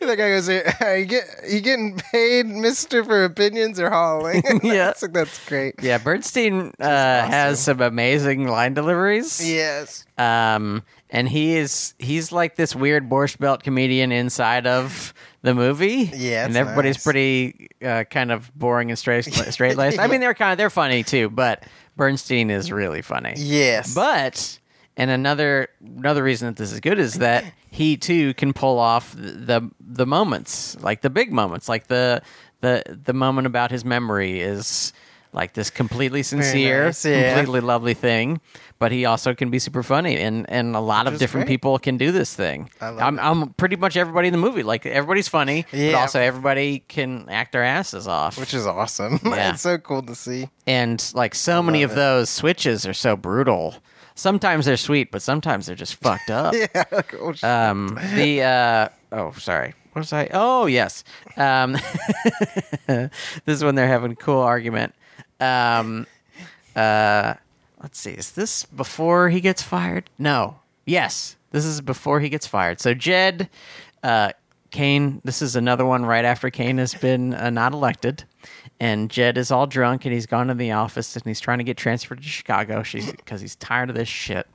B: The guy goes, "Are you, get, you getting paid, Mister, for opinions or hauling?"
A: Yeah.
B: It's like, that's great.
A: Yeah, Bernstein uh, has some amazing line deliveries.
B: Yes,
A: um, and he is he's like this weird Borscht Belt comedian inside of the movie.
B: Yeah,
A: and
B: it's
A: everybody's
B: nice.
A: pretty uh, kind of boring and straight straight laced. I mean, they're kind of they're funny too, but Bernstein is really funny.
B: yes,
A: But and another another reason that this is good is that he too can pull off the the, the moments, like the big moments, like the the the moment about his memory is like this completely sincere,
B: nice, yeah.
A: completely lovely thing. But he also can be super funny, and and a lot of
B: is
A: different
B: great.
A: people can do this thing.
B: I love
A: I'm, I'm pretty much everybody in the movie. Like everybody's funny, but
B: Yeah.
A: also everybody can act their asses off.
B: which is awesome.
A: Yeah.
B: it's so cool to see.
A: And like so many of those switches are so brutal. Sometimes they're sweet, but sometimes they're just fucked up.
B: Yeah, cool.
A: Um, the uh, oh, sorry, what was I? Oh, yes. Um, this is when they're having a cool argument. Um, uh, let's see, is this before he gets fired? No. Yes, this is before he gets fired. So Jed, uh, Kane. This is another one right after Kane has been uh, not elected. And Jed is all drunk, and he's gone to the office, and he's trying to get transferred to Chicago. She's because he's tired of this shit,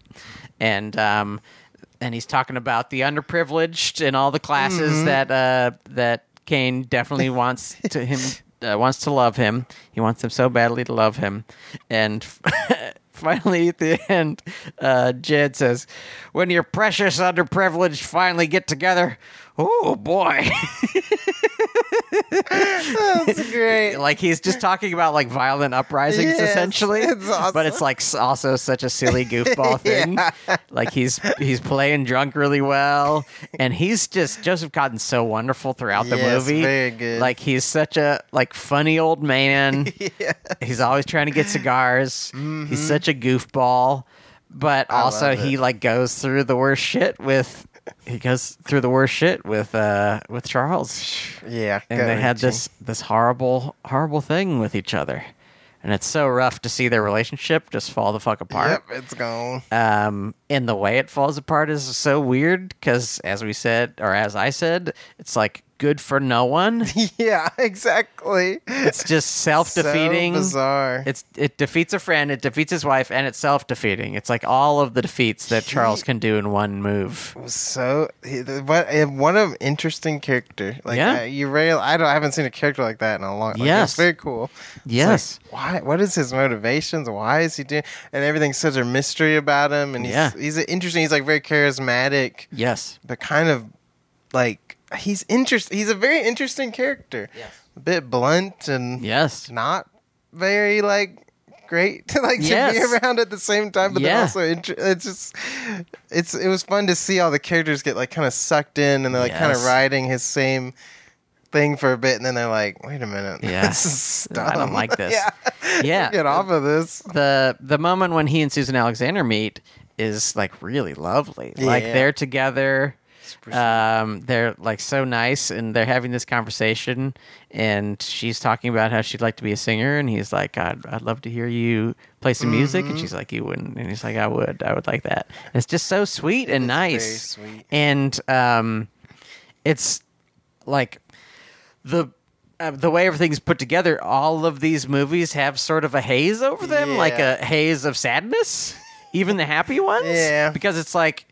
A: and um, and he's talking about the underprivileged and all the classes that uh, that Kane definitely wants to him uh, wants to love him. He wants them so badly to love him, and finally at the end, uh, Jed says, "When your precious underprivileged finally get together, oh boy!"
B: That's great.
A: like he's just talking about like violent uprisings
B: Yes,
A: essentially,
B: it's awesome.
A: but it's like s- also such a silly goofball thing. Like he's he's playing drunk really well, and he's just Joseph Cotton's so wonderful throughout the
B: Yes,
A: movie.
B: very good.
A: Like he's such a like funny old man. He's always trying to get cigars. He's such a goofball, but also
B: Mm-hmm. love
A: he like goes through the worst shit with he goes through the worst shit with uh with Charles.
B: Yeah,
A: And they had this this horrible horrible thing with each other. And it's so rough to see their relationship just fall the fuck apart
B: Yep, it's gone.
A: um, and the way it falls apart is so weird because, as we said, or as I said, it's like good for no one.
B: yeah, exactly.
A: It's just self defeating.
B: So bizarre.
A: it's it defeats a friend, it defeats his wife, and it's self defeating. It's like all of the defeats that Charles can do in one move.
B: was so he- the- what eh, what an interesting character. Like
A: Yeah.
B: uh, you rail. I don't. I haven't seen a character like that in a long. Like,
A: Yes.
B: it's very cool.
A: Yes.
B: Why? What is his motivations? Why is he doing? And everything's such a mystery about him. And he's,
A: Yeah.
B: he's interesting. He's like very charismatic,
A: yes.
B: but kind of like he's interest. He's a very interesting character.
A: Yes.
B: A bit blunt and
A: Yes.
B: not very like great to like to
A: Yes.
B: be around at the same time but
A: Yeah.
B: then also inter- it's just it's it was fun to see all the characters get like kind of sucked in and they're like kind
A: Yes.
B: of riding his same thing for a bit and then they're like wait a minute
A: Yeah.
B: this is dumb.
A: I don't like this.
B: yeah,
A: Yeah.
B: get off of this
A: the the moment when he and Susan Alexander meet is like really lovely. Like
B: Yeah.
A: they're together.
B: it's
A: Um, they're like so nice, and they're having this conversation, and she's talking about how she'd like to be a singer, and he's like, "God, I'd love to hear you play some music,"
B: Mm-hmm.
A: and she's like, "You wouldn't," and he's like, "I would, I would like that." And it's just so sweet and nice,
B: very sweet.
A: and um, it's like the uh, the way everything's put together, all of these movies have sort of a haze over them, like
B: Yeah.
A: a haze of sadness, even the happy ones.
B: Yeah.
A: Because it's like,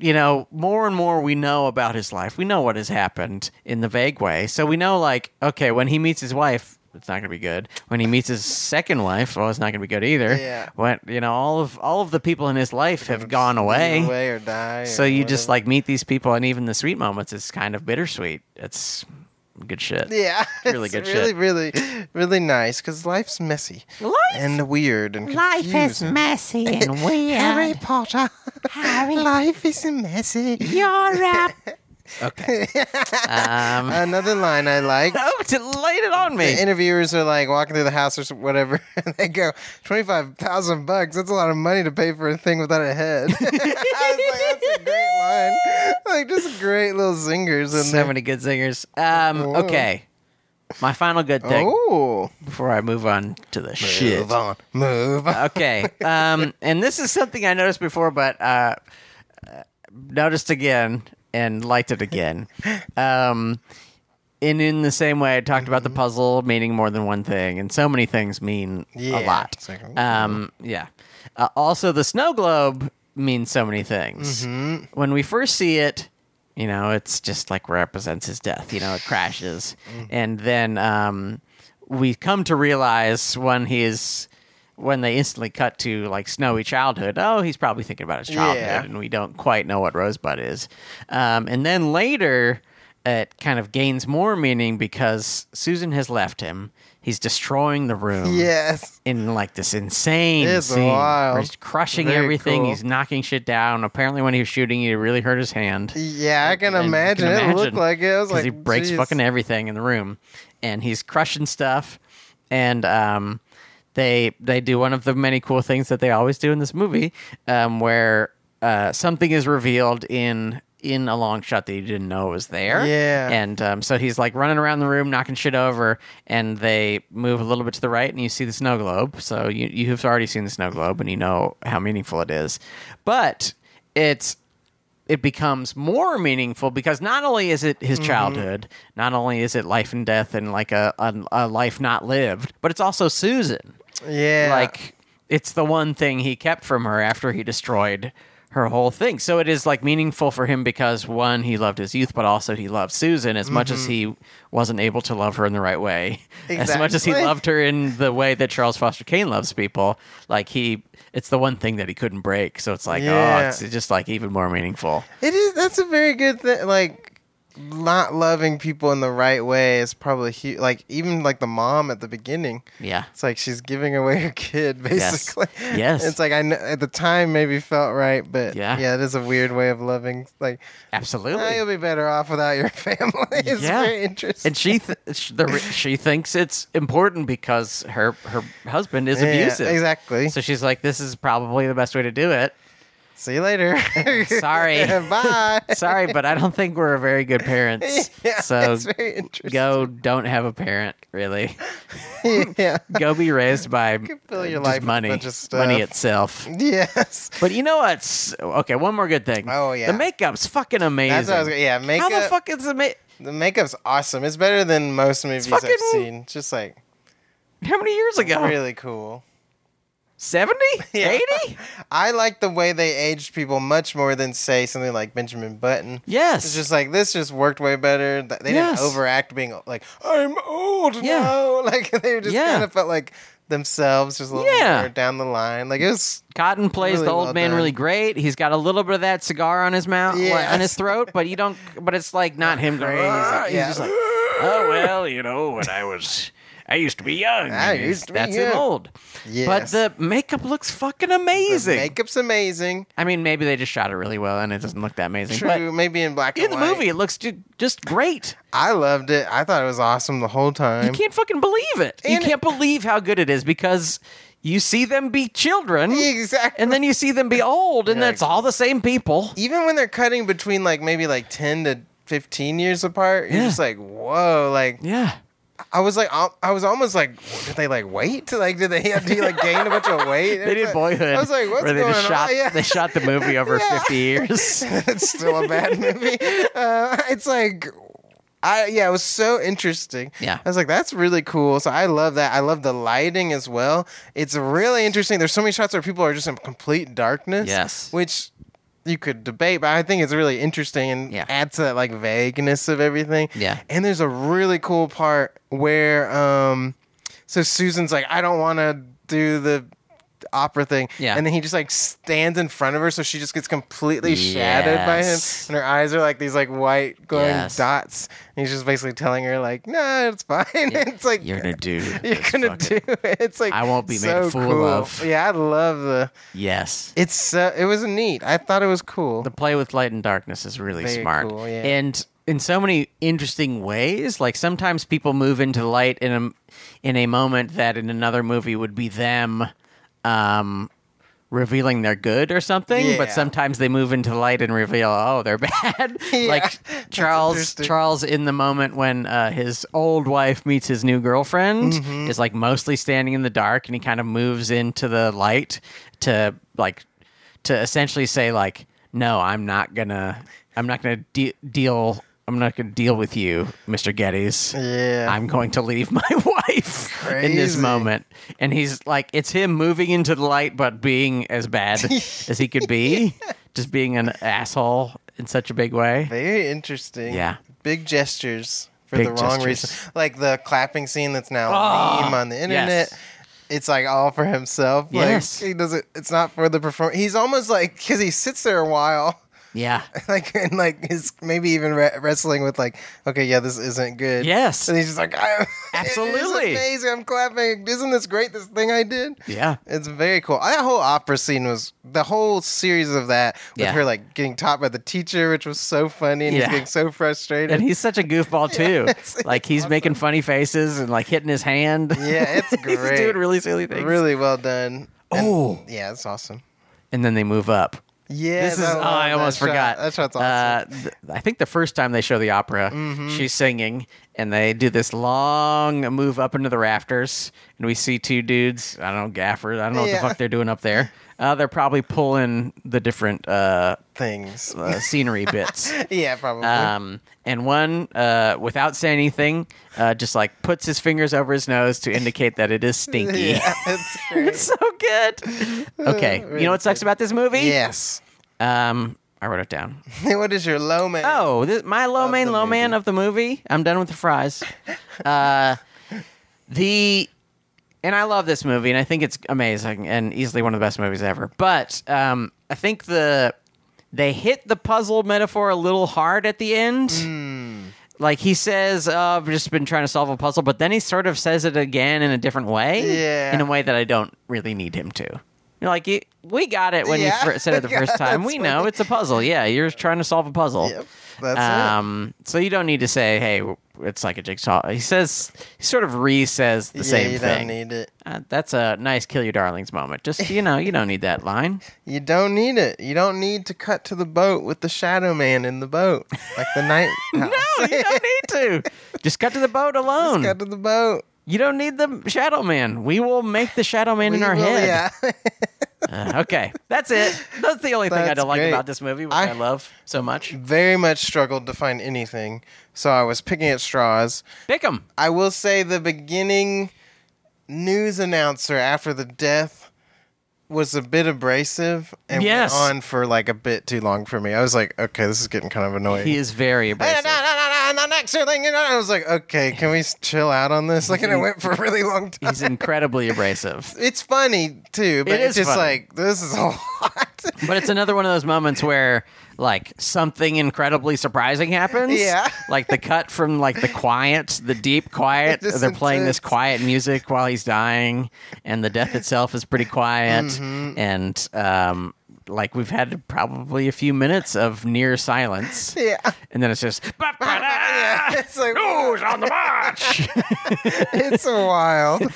A: you know, more and more we know about his life. We know what has happened in the vague way. So we know, like, okay, when he meets his wife, it's not going to be good. When he meets his second wife, well, it's not going to be good either.
B: Yeah.
A: When, you know, all of all of the people in his life have gone away.
B: away or die.
A: So
B: or
A: you just
B: whatever.
A: like meet these people, and even the sweet moments is kind of bittersweet. It's good shit.
B: yeah,
A: really
B: it's
A: good shit.
B: really, really, really nice because life's messy
A: Life,
B: and weird and
A: life is
B: confusing.
A: messy and
B: Harry
A: weird.
B: Potter.
A: Harry.
B: life is messy.
A: You're up. Okay. Um,
B: Another line I like.
A: oh, to laid it on me.
B: The interviewers are like walking through the house or some- whatever, and they go, 25,000 bucks. That's a lot of money to pay for a thing without a head. I was like, that's a great line. Like, just great little zingers in
A: So
B: there.
A: many good singers. Um,
B: Whoa.
A: okay. My final good thing
B: Oh.
A: before I move on to the shit.
B: Move on. Move on.
A: okay. Um, and this is something I noticed before, but uh, uh, noticed again and liked it again. Um, and in the same way, I talked about
B: Mm-hmm.
A: the puzzle meaning more than one thing, and so many things mean a
B: Oh, Yeah.
A: lot.
B: It's like, ooh.
A: Um, yeah. Uh, also, the snow globe means so many things. When we first see it, you know, it's just like represents his death. You know, it crashes, and then um, we come to realize when he's when they instantly cut to like snowy childhood. Oh, he's probably thinking about his childhood,
B: Yeah.
A: and we don't quite know what Rosebud is. Um, and then later. It kind of gains more meaning because Susan has left him. He's destroying the room
B: Yes.
A: in like this insane
B: It's
A: scene
B: wild.
A: where he's crushing
B: Very
A: everything.
B: cool.
A: He's knocking shit down. Apparently, when he was shooting, he really hurt his hand.
B: Yeah, I can
A: And you
B: imagine. It looked like it. I was
A: 'cause
B: like,
A: he breaks
B: geez.
A: fucking everything in the room, and he's crushing stuff. And um, they they do one of the many cool things that they always do in this movie, um, where uh, something is revealed in in a long shot that you didn't know was there.
B: Yeah.
A: and um, so he's like running around the room knocking shit over, and they move a little bit to the right, and you see the snow globe. So you you have already seen the snow globe, and you know how meaningful it is, but it's it becomes more meaningful because not only is it
B: Mm-hmm.
A: his childhood, not only is it life and death and like a, a, a life not lived, but it's also Susan.
B: Yeah.
A: Like it's the one thing he kept from her after he destroyed her whole thing. So it is like meaningful for him because one, he loved his youth, but also he loved Susan as much as
B: Mm-hmm.
A: he wasn't able to love her in the right way. As much as he
B: Exactly.
A: loved her in the way that Charles Foster Kane loves people, like he it's the one thing that he couldn't break. So it's like, oh,
B: Yeah.
A: it's just like even more meaningful.
B: It is. That's a very good thing. Like not loving people in the right way is probably huge. Like even like the mom at the beginning.
A: Yeah.
B: It's like she's giving away her kid,
A: Yes.
B: basically.
A: Yes.
B: It's like I kn- at the time maybe felt right, but
A: Yeah.
B: yeah, yeah, it is a weird way of loving. Like
A: Absolutely.
B: "Ah, you'll be better off without your family. It's
A: Yeah.
B: very interesting.
A: and she th- sh- the, re- she thinks it's important because her her husband is
B: Yeah,
A: abusive.
B: exactly.
A: So she's like, "This is probably the best way to do it."
B: See you later.
A: Sorry.
B: Bye.
A: Sorry, but I don't think we're very good parents.
B: Yeah,
A: so
B: it's very interesting.
A: go, don't have a parent. Really,
B: yeah.
A: go be raised by
B: fill
A: uh,
B: your
A: just
B: life with a
A: money,
B: bunch of
A: money
B: stuff.
A: itself.
B: Yes.
A: But you know what's okay? One more good thing.
B: Oh, yeah.
A: the makeup's fucking amazing.
B: That's what I was. gonna- Yeah. Makeup.
A: How the fuck is the ma-
B: The makeup's awesome. It's better than most movies I've
A: fucking-
B: seen. Just like
A: How many years ago?
B: really cool.
A: Seventy?
B: Yeah.
A: Eighty?
B: I like the way they aged people much more than say something like Benjamin Button.
A: Yes.
B: It's just like this just worked way better. Th- They
A: Yes.
B: didn't overact being like I'm old
A: Yeah.
B: now. Like they just
A: Yeah.
B: kind of felt like themselves just a little
A: Yeah.
B: more down the line. Like it was
A: Cotton plays
B: Really
A: the old
B: well
A: man
B: done.
A: really great. He's got a little bit of that cigar on his mouth, like, on his
B: Yes.
A: throat, but you don't. But it's like not him going.
B: crazy.
A: "Ah," He's
B: Yeah.
A: just like, oh well, you know, when I was I used to be young.
B: I
A: And
B: used to be
A: That's
B: young.
A: an old.
B: Yes.
A: But the makeup looks fucking amazing.
B: Makeup's amazing.
A: I mean, maybe they just shot it really well and it doesn't look that amazing.
B: True,
A: But
B: maybe in black
A: in
B: and
A: the
B: white.
A: movie, it looks ju- just great.
B: I loved it. I thought it was awesome the whole
A: You
B: time.
A: can't fucking believe it. You
B: And-
A: can't believe how good it is because you see them be children
B: Exactly.
A: and then you see them be old and
B: You're
A: that's
B: like-
A: all the same people.
B: Even when they're cutting between like maybe like ten to fifteen years apart, you're
A: Yeah.
B: just like, whoa! Like
A: Yeah.
B: I was like, al- I was almost like, did they like wait? Like did they have to like gain a bunch of weight?
A: They did Boyhood.
B: I was like, what's
A: where they
B: going
A: just
B: on?
A: shot,
B: Yeah.
A: They shot the movie over
B: Yeah.
A: 50 years.
B: it's still a bad movie. Uh, it's like, I yeah, it was so interesting.
A: Yeah.
B: I was like, that's really cool. So I love that. I love the lighting as well. It's really interesting. There's so many shots where people are just in complete darkness.
A: Yes.
B: which you could debate, but I think it's really interesting and
A: Yeah.
B: adds to that like vagueness of everything.
A: Yeah.
B: and there's a really cool part where um, so Susan's like, I don't want to do the opera thing
A: Yeah.
B: and then he just like stands in front of her so she just gets completely shadowed by him
A: Yes.
B: and her eyes are like these like white glowing
A: Yes.
B: dots and he's just basically telling her like no it's fine it's like
A: You're going to do.
B: you're
A: this
B: gonna
A: fucking-
B: do it it's like
A: I won't be made
B: so
A: a fool
B: cool.
A: of.
B: yeah i love the
A: Yes.
B: it's so it was neat i thought it was cool
A: The play with light and darkness is really
B: Very
A: smart.
B: cool, yeah.
A: And in so many interesting ways, like sometimes people move into light in a in a moment that in another movie would be them um revealing they're good or something, but
B: Yeah.
A: sometimes they move into light and reveal oh they're bad.
B: Yeah,
A: like
B: that's
A: Charles
B: interesting.
A: Charles in the moment when uh, his old wife meets his new girlfriend
B: Mm-hmm.
A: is like mostly standing in the dark and he kind of moves into the light to like to essentially say like no i'm not gonna i'm not gonna de- deal i'm not gonna deal with you mr gettys
B: Yeah.
A: i'm going to leave my wife in this
B: Crazy.
A: moment and he's like it's him moving into the light but being as bad as he could be just being an asshole in such a big way
B: very interesting
A: Yeah.
B: big gestures for
A: Big
B: the wrong
A: gestures.
B: reason like the clapping scene that's now a
A: Ah,
B: meme on the internet
A: yes.
B: It's like all for himself. Like,
A: Yes.
B: he doesn't. It's not for the perform. He's almost like because he sits there a while,
A: yeah
B: like and like is maybe even re- wrestling with like okay yeah this isn't good
A: Yes.
B: and he's just like I,
A: Absolutely.
B: it's amazing i'm clapping isn't this great this thing i did
A: yeah
B: it's very cool that whole opera scene was the whole series of that with
A: Yeah.
B: her like getting taught by the teacher which was so funny and
A: Yeah.
B: he's getting so frustrated
A: and he's such a goofball too
B: it's-
A: like he's making funny faces and like hitting his hand
B: Yeah, it's
A: he's
B: great.
A: doing really silly things
B: really well done And-
A: Oh.
B: yeah it's awesome
A: and then they move up
B: yeah
A: This is
B: I
A: oh,
B: love
A: I
B: that
A: almost
B: shot.
A: forgot.
B: that shot's awesome Mm-hmm.
A: Uh, th- I think the first time they show the opera, she's singing, and they do this long move up into the rafters, and we see two dudes. I don't know gaffers. I don't know what
B: Yeah.
A: the fuck they're doing up there. Uh, they're probably pulling the different uh,
B: things
A: uh, scenery bits.
B: yeah probably
A: Um, and one, uh, without saying anything, uh, just like puts his fingers over his nose to indicate that it is stinky.
B: yeah it's
A: it's
B: great.
A: so good. Okay, you know what sucks about this movie?
B: yes
A: Um, I wrote it down.
B: what is your low man
A: Oh, this, my low
B: Of
A: man,
B: the
A: low
B: movie.
A: man of the movie. I'm done with the fries. Uh, the and I love this movie, and I think it's amazing and easily one of the best movies ever. But um, I think the they hit the puzzle metaphor a little hard at the end.
B: Hmm.
A: Like he says, oh, "I've just been trying to solve a puzzle," but then he sort of says it again in a different way,
B: Yeah.
A: in a way that I don't really need him to. You're like, "You- we got it when
B: Yeah.
A: you fir- said it the first time.
B: That's
A: We
B: what
A: know
B: he-
A: it's a puzzle. Yeah, you're trying to solve a puzzle.
B: Yep, that's it.
A: um, So you don't need to say, "Hey, w- it's like a jigsaw." He says, he sort of re-says the
B: yeah,
A: same
B: you
A: thing.
B: don't need it.
A: uh, that's a nice "kill your darlings" moment. Just you know, you don't need that line.
B: You don't need it. You don't need to cut to the boat with the shadow man in the boat, like the night.
A: No, you don't need to. Just cut to the boat alone.
B: cut to the boat.
A: You don't need the Shadow Man. We will make the Shadow Man in
B: We
A: our
B: will-
A: head.
B: Yeah.
A: Uh, okay, that's it. That's the only thing I
B: That's
A: don't like
B: great.
A: about this movie, which I,
B: I-
A: love so much.
B: Very much struggled to find anything, so I was picking at straws.
A: Pick 'em.
B: I will say the beginning news announcer after the death was a bit abrasive and
A: Yes.
B: went on for like a bit too long for me. I was like, okay, this is getting kind of annoying.
A: He is very abrasive.
B: And the next thing you know, I was like, okay, can we s- chill out on this? Like, and it went for a really long time.
A: He's incredibly abrasive.
B: It's funny too, but
A: It
B: it's
A: is
B: just
A: funny.
B: like this is a lot.
A: But it's another one of those moments where like something incredibly surprising happens.
B: Yeah.
A: like the cut from like the quiet, the deep quiet.
B: It's
A: They're playing this
B: intense.
A: quiet music while he's dying, and the death itself is pretty quiet.
B: Mm-hmm.
A: And um, like we've had probably a few minutes of near silence.
B: Yeah.
A: And then it's just Ah,
B: Yeah, it's like
A: who's on the march.
B: it's a wild,
A: And-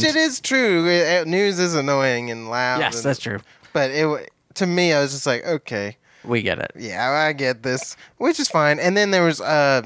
B: which it is true. It- it- news is annoying and loud.
A: yes,
B: and-
A: that's true.
B: But it wa- to me, I was just like, okay,
A: We get it.
B: yeah, I get this, which is fine. And then there was uh,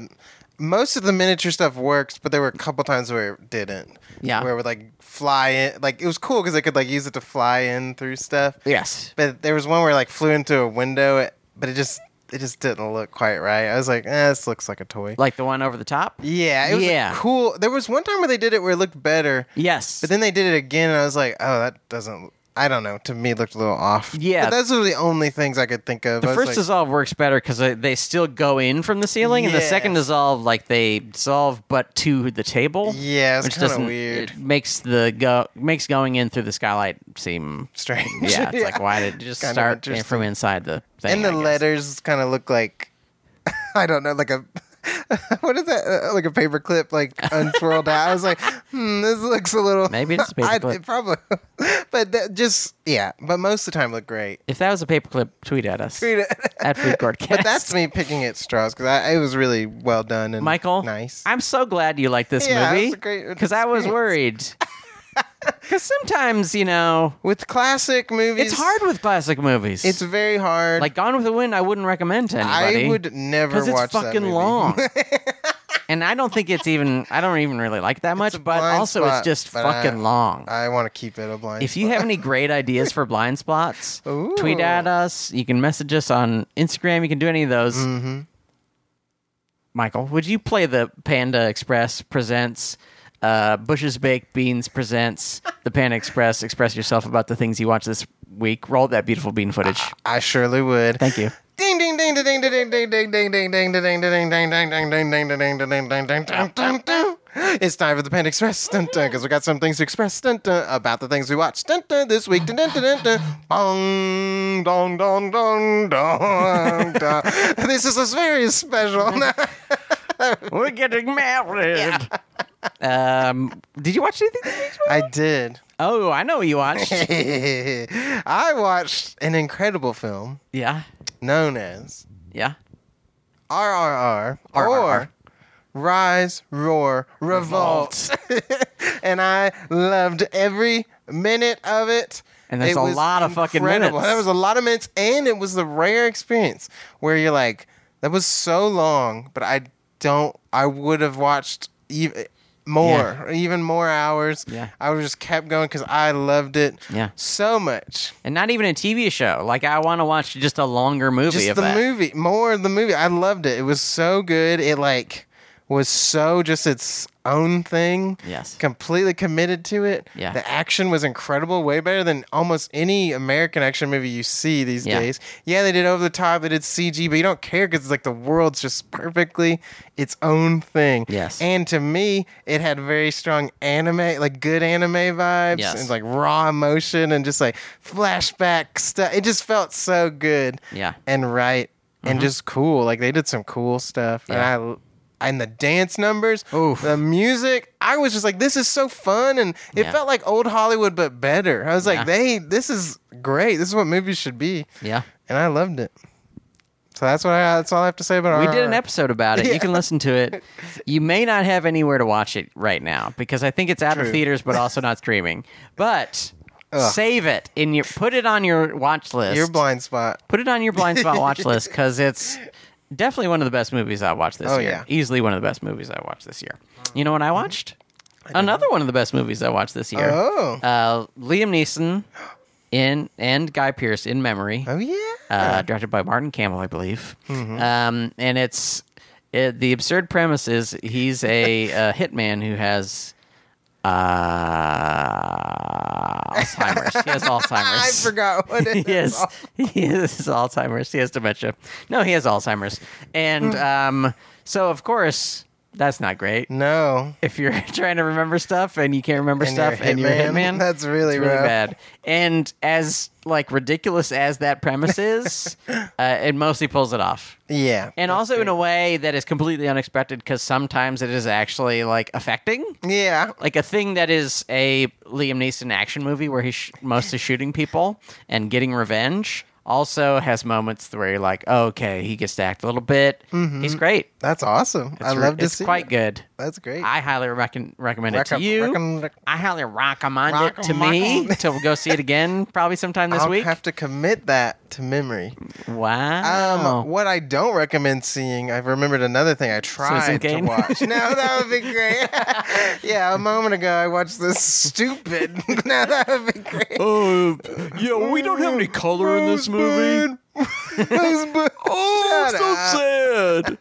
B: most of the miniature stuff works, but there were a couple times where it didn't.
A: Yeah.
B: where it would like fly in, like it was cool because I could like use it to fly in through stuff.
A: Yes.
B: But there was one where it, like flew into a window, eh, but it just it just didn't look quite right. I was like, eh, this looks like a toy.
A: Like the one over the top?
B: Yeah, it was
A: Yeah.
B: yeah. cool. There was one time where they did it where it looked better,
A: Yes.
B: but then they did it again, and I was like, oh, that doesn't. I don't know. To me, it looked a little off.
A: Yeah.
B: but those were the only things I could think of.
A: the
B: I was
A: first
B: like,
A: dissolve works better because they still go in from the ceiling, and the
B: Yeah.
A: second dissolve, like they dissolve but to the table.
B: Yeah, it's
A: which
B: kinda
A: doesn't-
B: weird.
A: It makes the go makes going in through the skylight seem.
B: strange.
A: Yeah, it's like why did you just
B: Kinda
A: start
B: interesting.
A: from inside the thing?
B: and the
A: I guess.
B: letters kind of look like I don't know, like a what is that? Uh, like a paper clip, like untwirled out. I was like, hmm, this looks a little.
A: Maybe it's a paper
B: I-
A: clip.
B: it probably, but that just yeah. But most of the time, look great.
A: If that was a paperclip, tweet at us
B: Tweet it.
A: at Food Court Cast.
B: But that's me picking at straws because it was really well done and
A: Michael.
B: nice.
A: I'm so glad you like this
B: Yeah, it was
A: movie
B: a great
A: because I was
B: experience.
A: worried. Because sometimes you know
B: With classic movies,
A: it's hard with classic movies.
B: It's very hard.
A: Like Gone with the Wind, I wouldn't recommend to anybody.
B: I would never
A: because
B: watch
A: it's
B: that
A: fucking
B: movie.
A: long. and I don't think it's even. I don't even really like it that much.
B: a
A: But
B: blind
A: also,
B: spot,
A: it's just
B: but
A: fucking
B: I-
A: long.
B: I want to keep it a blind.
A: if you
B: spot.
A: have any great ideas for blind spots,
B: Ooh.
A: tweet at us. You can message us on Instagram. You can do any of those.
B: Mm-hmm.
A: Michael, would you play the Panda Express presents? Uh, Bush's Baked Beans presents the Panda Express. Express yourself about the things you watch this week. Roll that beautiful bean footage.
B: I surely would.
A: Thank you.
B: Ding ding ding ding ding ding ding ding ding ding ding ding ding ding ding ding ding ding ding ding ding ding ding ding ding ding It's time for the Panda Express dun dun because we got some things to express dun dun about the things we watched dun dun this week dun dun dun dun dong dong dong dong dong dong. This is a very special.
A: We're getting married. Um, did you watch anything? this week?
B: I did.
A: Oh, I know what you watched.
B: I watched an incredible film
A: yeah,
B: known as
A: yeah.
B: RRR
A: RRR.
B: or Rise, Roar, Revolt. and I loved every minute of it.
A: And there's
B: It
A: a
B: was
A: lot of fucking
B: incredible.
A: minutes.
B: There was a lot of minutes, and it was the rare experience where you're like, that was so long, but I don't, I would have watched even more, even more hours.
A: Yeah.
B: I would just kept going because I loved it
A: Yeah.
B: so much.
A: And not even a TV show. Like I want to watch just a longer movie
B: just
A: of
B: the
A: that.
B: movie more of the movie i loved it it was so good it like was so just its own thing
A: Yes.
B: completely committed to it
A: Yeah.
B: the action was incredible way better than almost any american action movie you see these
A: Yeah.
B: days yeah they did over the top they did cg but you don't care because it's like the world's just perfectly its own thing
A: Yes.
B: and to me it had very strong anime like good anime vibes
A: Yes.
B: and like raw emotion and just like flashback stuff it just felt so good
A: Yeah.
B: and right and just cool. Like they did some cool stuff,
A: Mm-hmm. Yeah.
B: and I and the dance numbers,
A: Oof.
B: the music. I was just like, this is so fun, and it
A: Yeah.
B: felt like old Hollywood but better. I was like,
A: Yeah.
B: they, this is great. This is what movies should be,
A: Yeah.
B: and I loved it. So that's what I, that's all I have to say about.
A: We
B: RRR.
A: did an episode about it. You can listen to it. You may not have anywhere to watch it right now because I think it's out of
B: True.
A: theaters, but also not streaming. But save it in your put it on your watch list.
B: Your blind spot.
A: put it on your blind spot watch list because it's definitely one of the best movies I watched this
B: Oh,
A: year.
B: yeah.
A: Easily one of the best movies I watched this year. You know what I watched? Another one of the best movies I watched this year.
B: Oh.
A: Uh, Liam Neeson in and Guy Pearce in Memory,
B: Oh yeah.
A: uh, directed by Martin Campbell, I believe.
B: Mm-hmm.
A: Um, and it's it, the absurd premise is he's a, uh hitman who has uh, Alzheimer's. He has Alzheimer's
B: I forgot what it is.
A: he is he is
B: Mm.
A: Alzheimer's. He has dementia. No, he has Alzheimer's. And um, so of course That's not great.
B: No.
A: If you're trying to remember stuff and you can't remember
B: And you're a
A: stuff and you're a
B: hitman?
A: hitman,
B: That's really
A: it's
B: rough.
A: bad. And as like ridiculous as that premise is, uh, it mostly pulls it off.
B: Yeah.
A: And also in a way that is completely unexpected because sometimes it is actually like affecting.
B: yeah.
A: Like a thing that is a Liam Neeson action movie where he's sh- mostly shooting people and getting revenge also has moments where you're like, oh, okay, he gets to act a little bit. He's great.
B: That's awesome. Mm-hmm. I
A: It's re-
B: love to
A: it's
B: see.
A: quite
B: it.
A: good.
B: That's great.
A: I highly recon- recommend it
B: Recom-
A: to you.
B: recom- rec-
A: I highly recommend
B: Rock
A: it to
B: 'em,
A: me
B: rock 'em.
A: to go see it again, probably sometime this
B: I'll
A: week.
B: have to commit that to memory. Um,
A: wow.
B: What I don't recommend seeing, I've remembered another thing I tried to
A: Kane?
B: watch. No, that would be great. yeah, a moment ago I watched this stupid. no, that would be great.
A: Oh, yeah, we don't have any color in this movie.
B: Rosebud. Rosebud.
A: Oh,
B: Shut
A: so
B: up.
A: sad.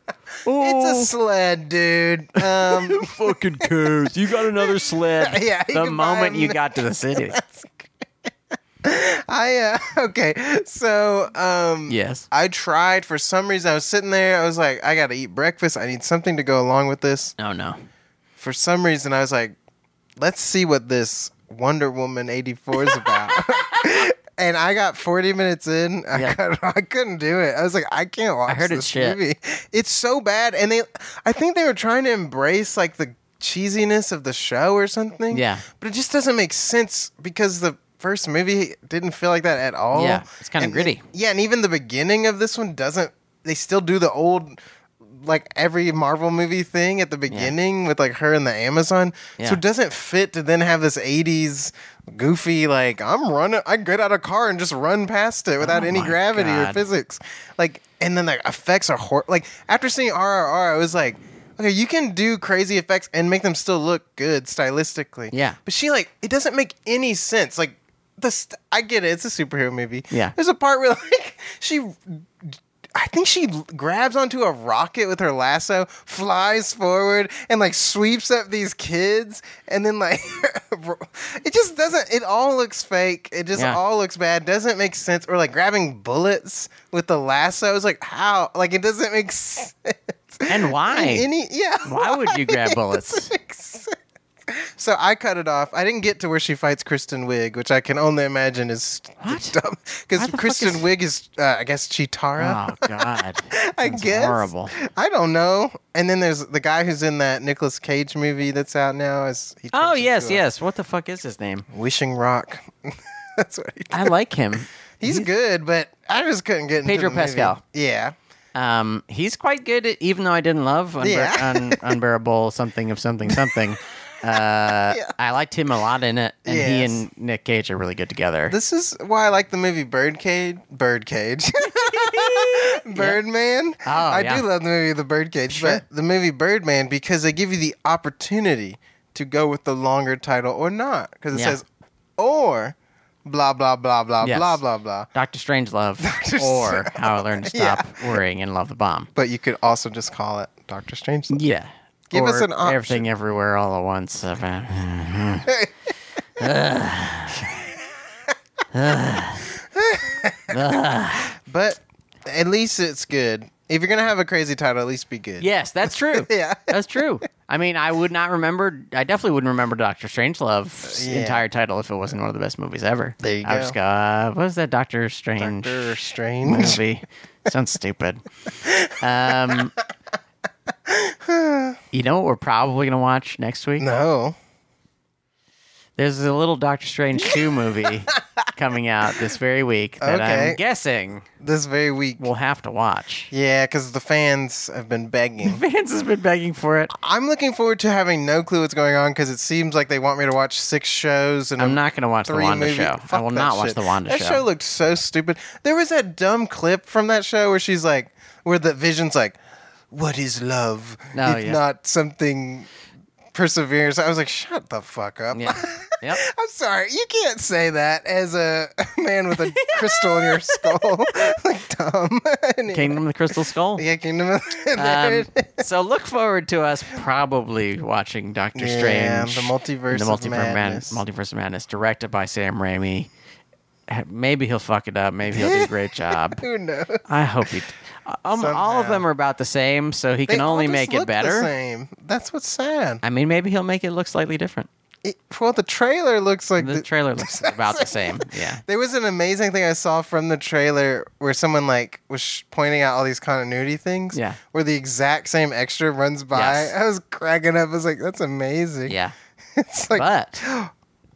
A: Oh,
B: It's a sled, dude. Um,
A: who fucking cares? You got another sled.
B: Yeah, you
A: the
B: can buy
A: moment you
B: an-
A: got to the city.
B: I uh, okay. So um,
A: yes.
B: I tried for some reason. I was sitting there. I was like, I gotta eat breakfast. I need something to go along with this.
A: Oh no.
B: For some reason, I was like, let's see what this Wonder Woman eighty four is about. and I got forty minutes in. I,
A: Yeah.
B: couldn't, I couldn't do it. I was like, I can't watch.
A: heard
B: this
A: it's shit.
B: movie. It's so bad. And they, I think they were trying to embrace like the cheesiness of the show or something.
A: Yeah.
B: but it just doesn't make sense because the. First movie didn't feel like that at all.
A: Yeah, it's kinda
B: And-
A: gritty.
B: yeah, and even the beginning of this one doesn't. They still do the old, like every Marvel movie thing at the beginning with like her and the Amazon.
A: Yeah.
B: So it doesn't fit to then have this '80s goofy like I'm running. I get out of car and just run past it without
A: Oh
B: any
A: my
B: gravity or
A: God.
B: physics. Like, and then the effects are hor- like after seeing RRR, I was like. Okay, you can do crazy effects and make them still look good stylistically.
A: Yeah.
B: But she like it doesn't make any sense. Like the st- I get it. It's a superhero movie.
A: Yeah.
B: There's a part where like she I think she grabs onto a rocket with her lasso, flies forward and like sweeps up these kids and then like it just doesn't it all looks fake. It just
A: Yeah.
B: all looks bad. Doesn't make sense or like grabbing bullets with the lasso. It's like how? Like it doesn't make sense.
A: And why?
B: Any yeah.
A: Why would you grab bullets?
B: So I cut it off. I didn't get to where she fights Kristen Wiig, which I can only imagine is
A: What?
B: dumb
A: Why
B: because
A: the fuck
B: Kristen
A: is-
B: Wiig is, uh, I guess, Chitara.
A: Oh God.
B: I
A: That's
B: guess
A: horrible.
B: I don't know. And then there's the guy who's in that Nicolas Cage movie that's out now. Is he
A: Oh
B: turns
A: yes,
B: into a
A: yes. What the fuck is his name?
B: Wishing Rock. that's what he,
A: I like him.
B: he's, good, but I just couldn't get into
A: Pedro
B: the movie.
A: Pascal.
B: Yeah,
A: Um, he's quite good, at, even though I didn't love unbe-
B: Yeah.
A: un- unbearable something of something something. Uh,
B: Yeah.
A: I liked him a lot in it, and he
B: Yes.
A: and Nick Cage are really good together.
B: this is why I like the movie Birdcage. Birdcage. Birdman.
A: Oh,
B: I
A: yeah.
B: do love the movie The Birdcage,
A: Sure.
B: but the movie Birdman because they give you the opportunity to go with the longer title or not because it
A: Yeah.
B: says or blah blah blah blah
A: Yes.
B: blah blah blah.
A: Doctor Strangelove or How I Learned to Stop Worrying and Love the Bomb.
B: But you could also just call it Doctor Strange.
A: Yeah.
B: Give
A: Or
B: us an option.
A: Everything Everywhere All at Once. Uh,
B: But at least it's good. If you're gonna have a crazy title, at least be good.
A: yes, that's true.
B: Yeah.
A: That's true. I mean, I would not remember, I definitely wouldn't remember Doctor Strangelove's
B: Yeah.
A: entire title if it wasn't one of the best movies ever.
B: There you
A: I would
B: go.
A: just go, uh, what was that Doctor Strange?
B: Doctor Strange.
A: movie. Sounds stupid. Um, you know what we're probably gonna watch next week?
B: No.
A: There's a little Doctor Strange two movie coming out this very week that
B: Okay.
A: I'm guessing
B: This very week.
A: we'll have to watch.
B: Yeah, because the fans have been begging.
A: Vance has been begging for it.
B: I'm looking forward to having no clue what's going on because it seems like they want me to watch six shows and
A: I'm not gonna watch the
B: three
A: Wanda
B: movie-
A: show. I
B: Fuck
A: will
B: that
A: not watch
B: shit.
A: the Wanda
B: That
A: show.
B: show looked so stupid. There was that dumb clip from that show where she's like, where the vision's like, "What is love?
A: Oh,
B: if
A: yeah.
B: not something perseverance." I was like, "Shut the fuck up."
A: yeah. Yep.
B: I'm sorry, you can't say that as a man with a crystal in your skull, like dumb. Anyway,
A: Kingdom of the Crystal Skull.
B: yeah, Kingdom of there
A: Um,
B: it is.
A: so look forward to us probably watching Doctor
B: Yeah,
A: Strange,
B: the Multiverse of
A: Man-
B: Madness.
A: Multiverse of Madness, directed by Sam Raimi, maybe he'll fuck it up. Maybe he'll do a great job.
B: Who knows?
A: I hope he. Um, all
B: Somehow.
A: of them are about the same, so he
B: They
A: can
B: all
A: only
B: just
A: make
B: look
A: it
B: the
A: better.
B: same. That's what's sad.
A: I mean, maybe he'll make it look slightly different.
B: It- well, the trailer looks like
A: The
B: the-
A: trailer looks about the same. Yeah.
B: There was an amazing thing I saw from the trailer where someone like was sh- pointing out all these continuity things.
A: Yeah.
B: Where the exact same extra runs by.
A: Yes.
B: I was cracking up. I was like, "That's amazing."
A: Yeah.
B: It's like
A: But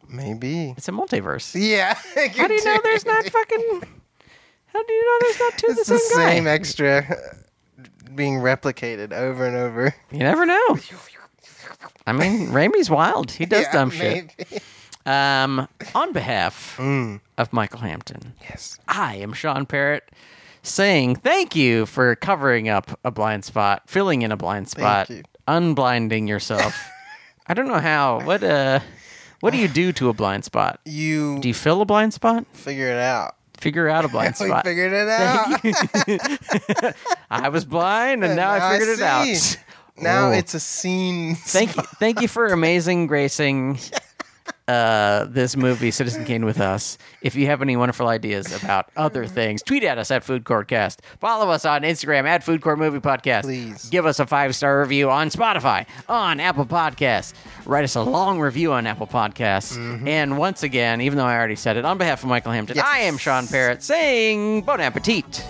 B: maybe.
A: it's a multiverse.
B: Yeah.
A: How do you know there's not fucking. How do you know there's not two of the
B: It's the
A: same,
B: same
A: guy?
B: extra uh, being replicated over and over.
A: You never know. I mean, Raimi's wild. He does
B: Yeah,
A: dumb shit.
B: maybe.
A: Um, on behalf of Michael Hampton,
B: Yes.
A: I am Sean Parrott saying thank you for covering up a blind spot, filling in a blind spot,
B: you.
A: unblinding yourself. I don't know how. What uh what do you do to a blind spot?
B: You
A: Do you fill a blind spot?
B: figure it out.
A: Figure out a blind
B: We
A: spot.
B: figured it out.
A: I was blind and now,
B: now
A: I
B: I
A: figured it
B: see.
A: out.
B: Now
A: Oh.
B: it's a scene.
A: Thank you, thank you for amazing gracing uh, this movie, Citizen Kane, with us. If you have any wonderful ideas about
B: Mm-hmm.
A: other things, tweet at us at Food Court Cast. Follow us on Instagram at Food Court Movie Podcast.
B: Please.
A: give us a five star review on Spotify, on Apple Podcasts. Write us a long review on Apple Podcasts.
B: Mm-hmm.
A: And once again, even though I already said it, on behalf of Michael Hampton,
B: Yes.
A: I am Sean Parrott saying bon appetit.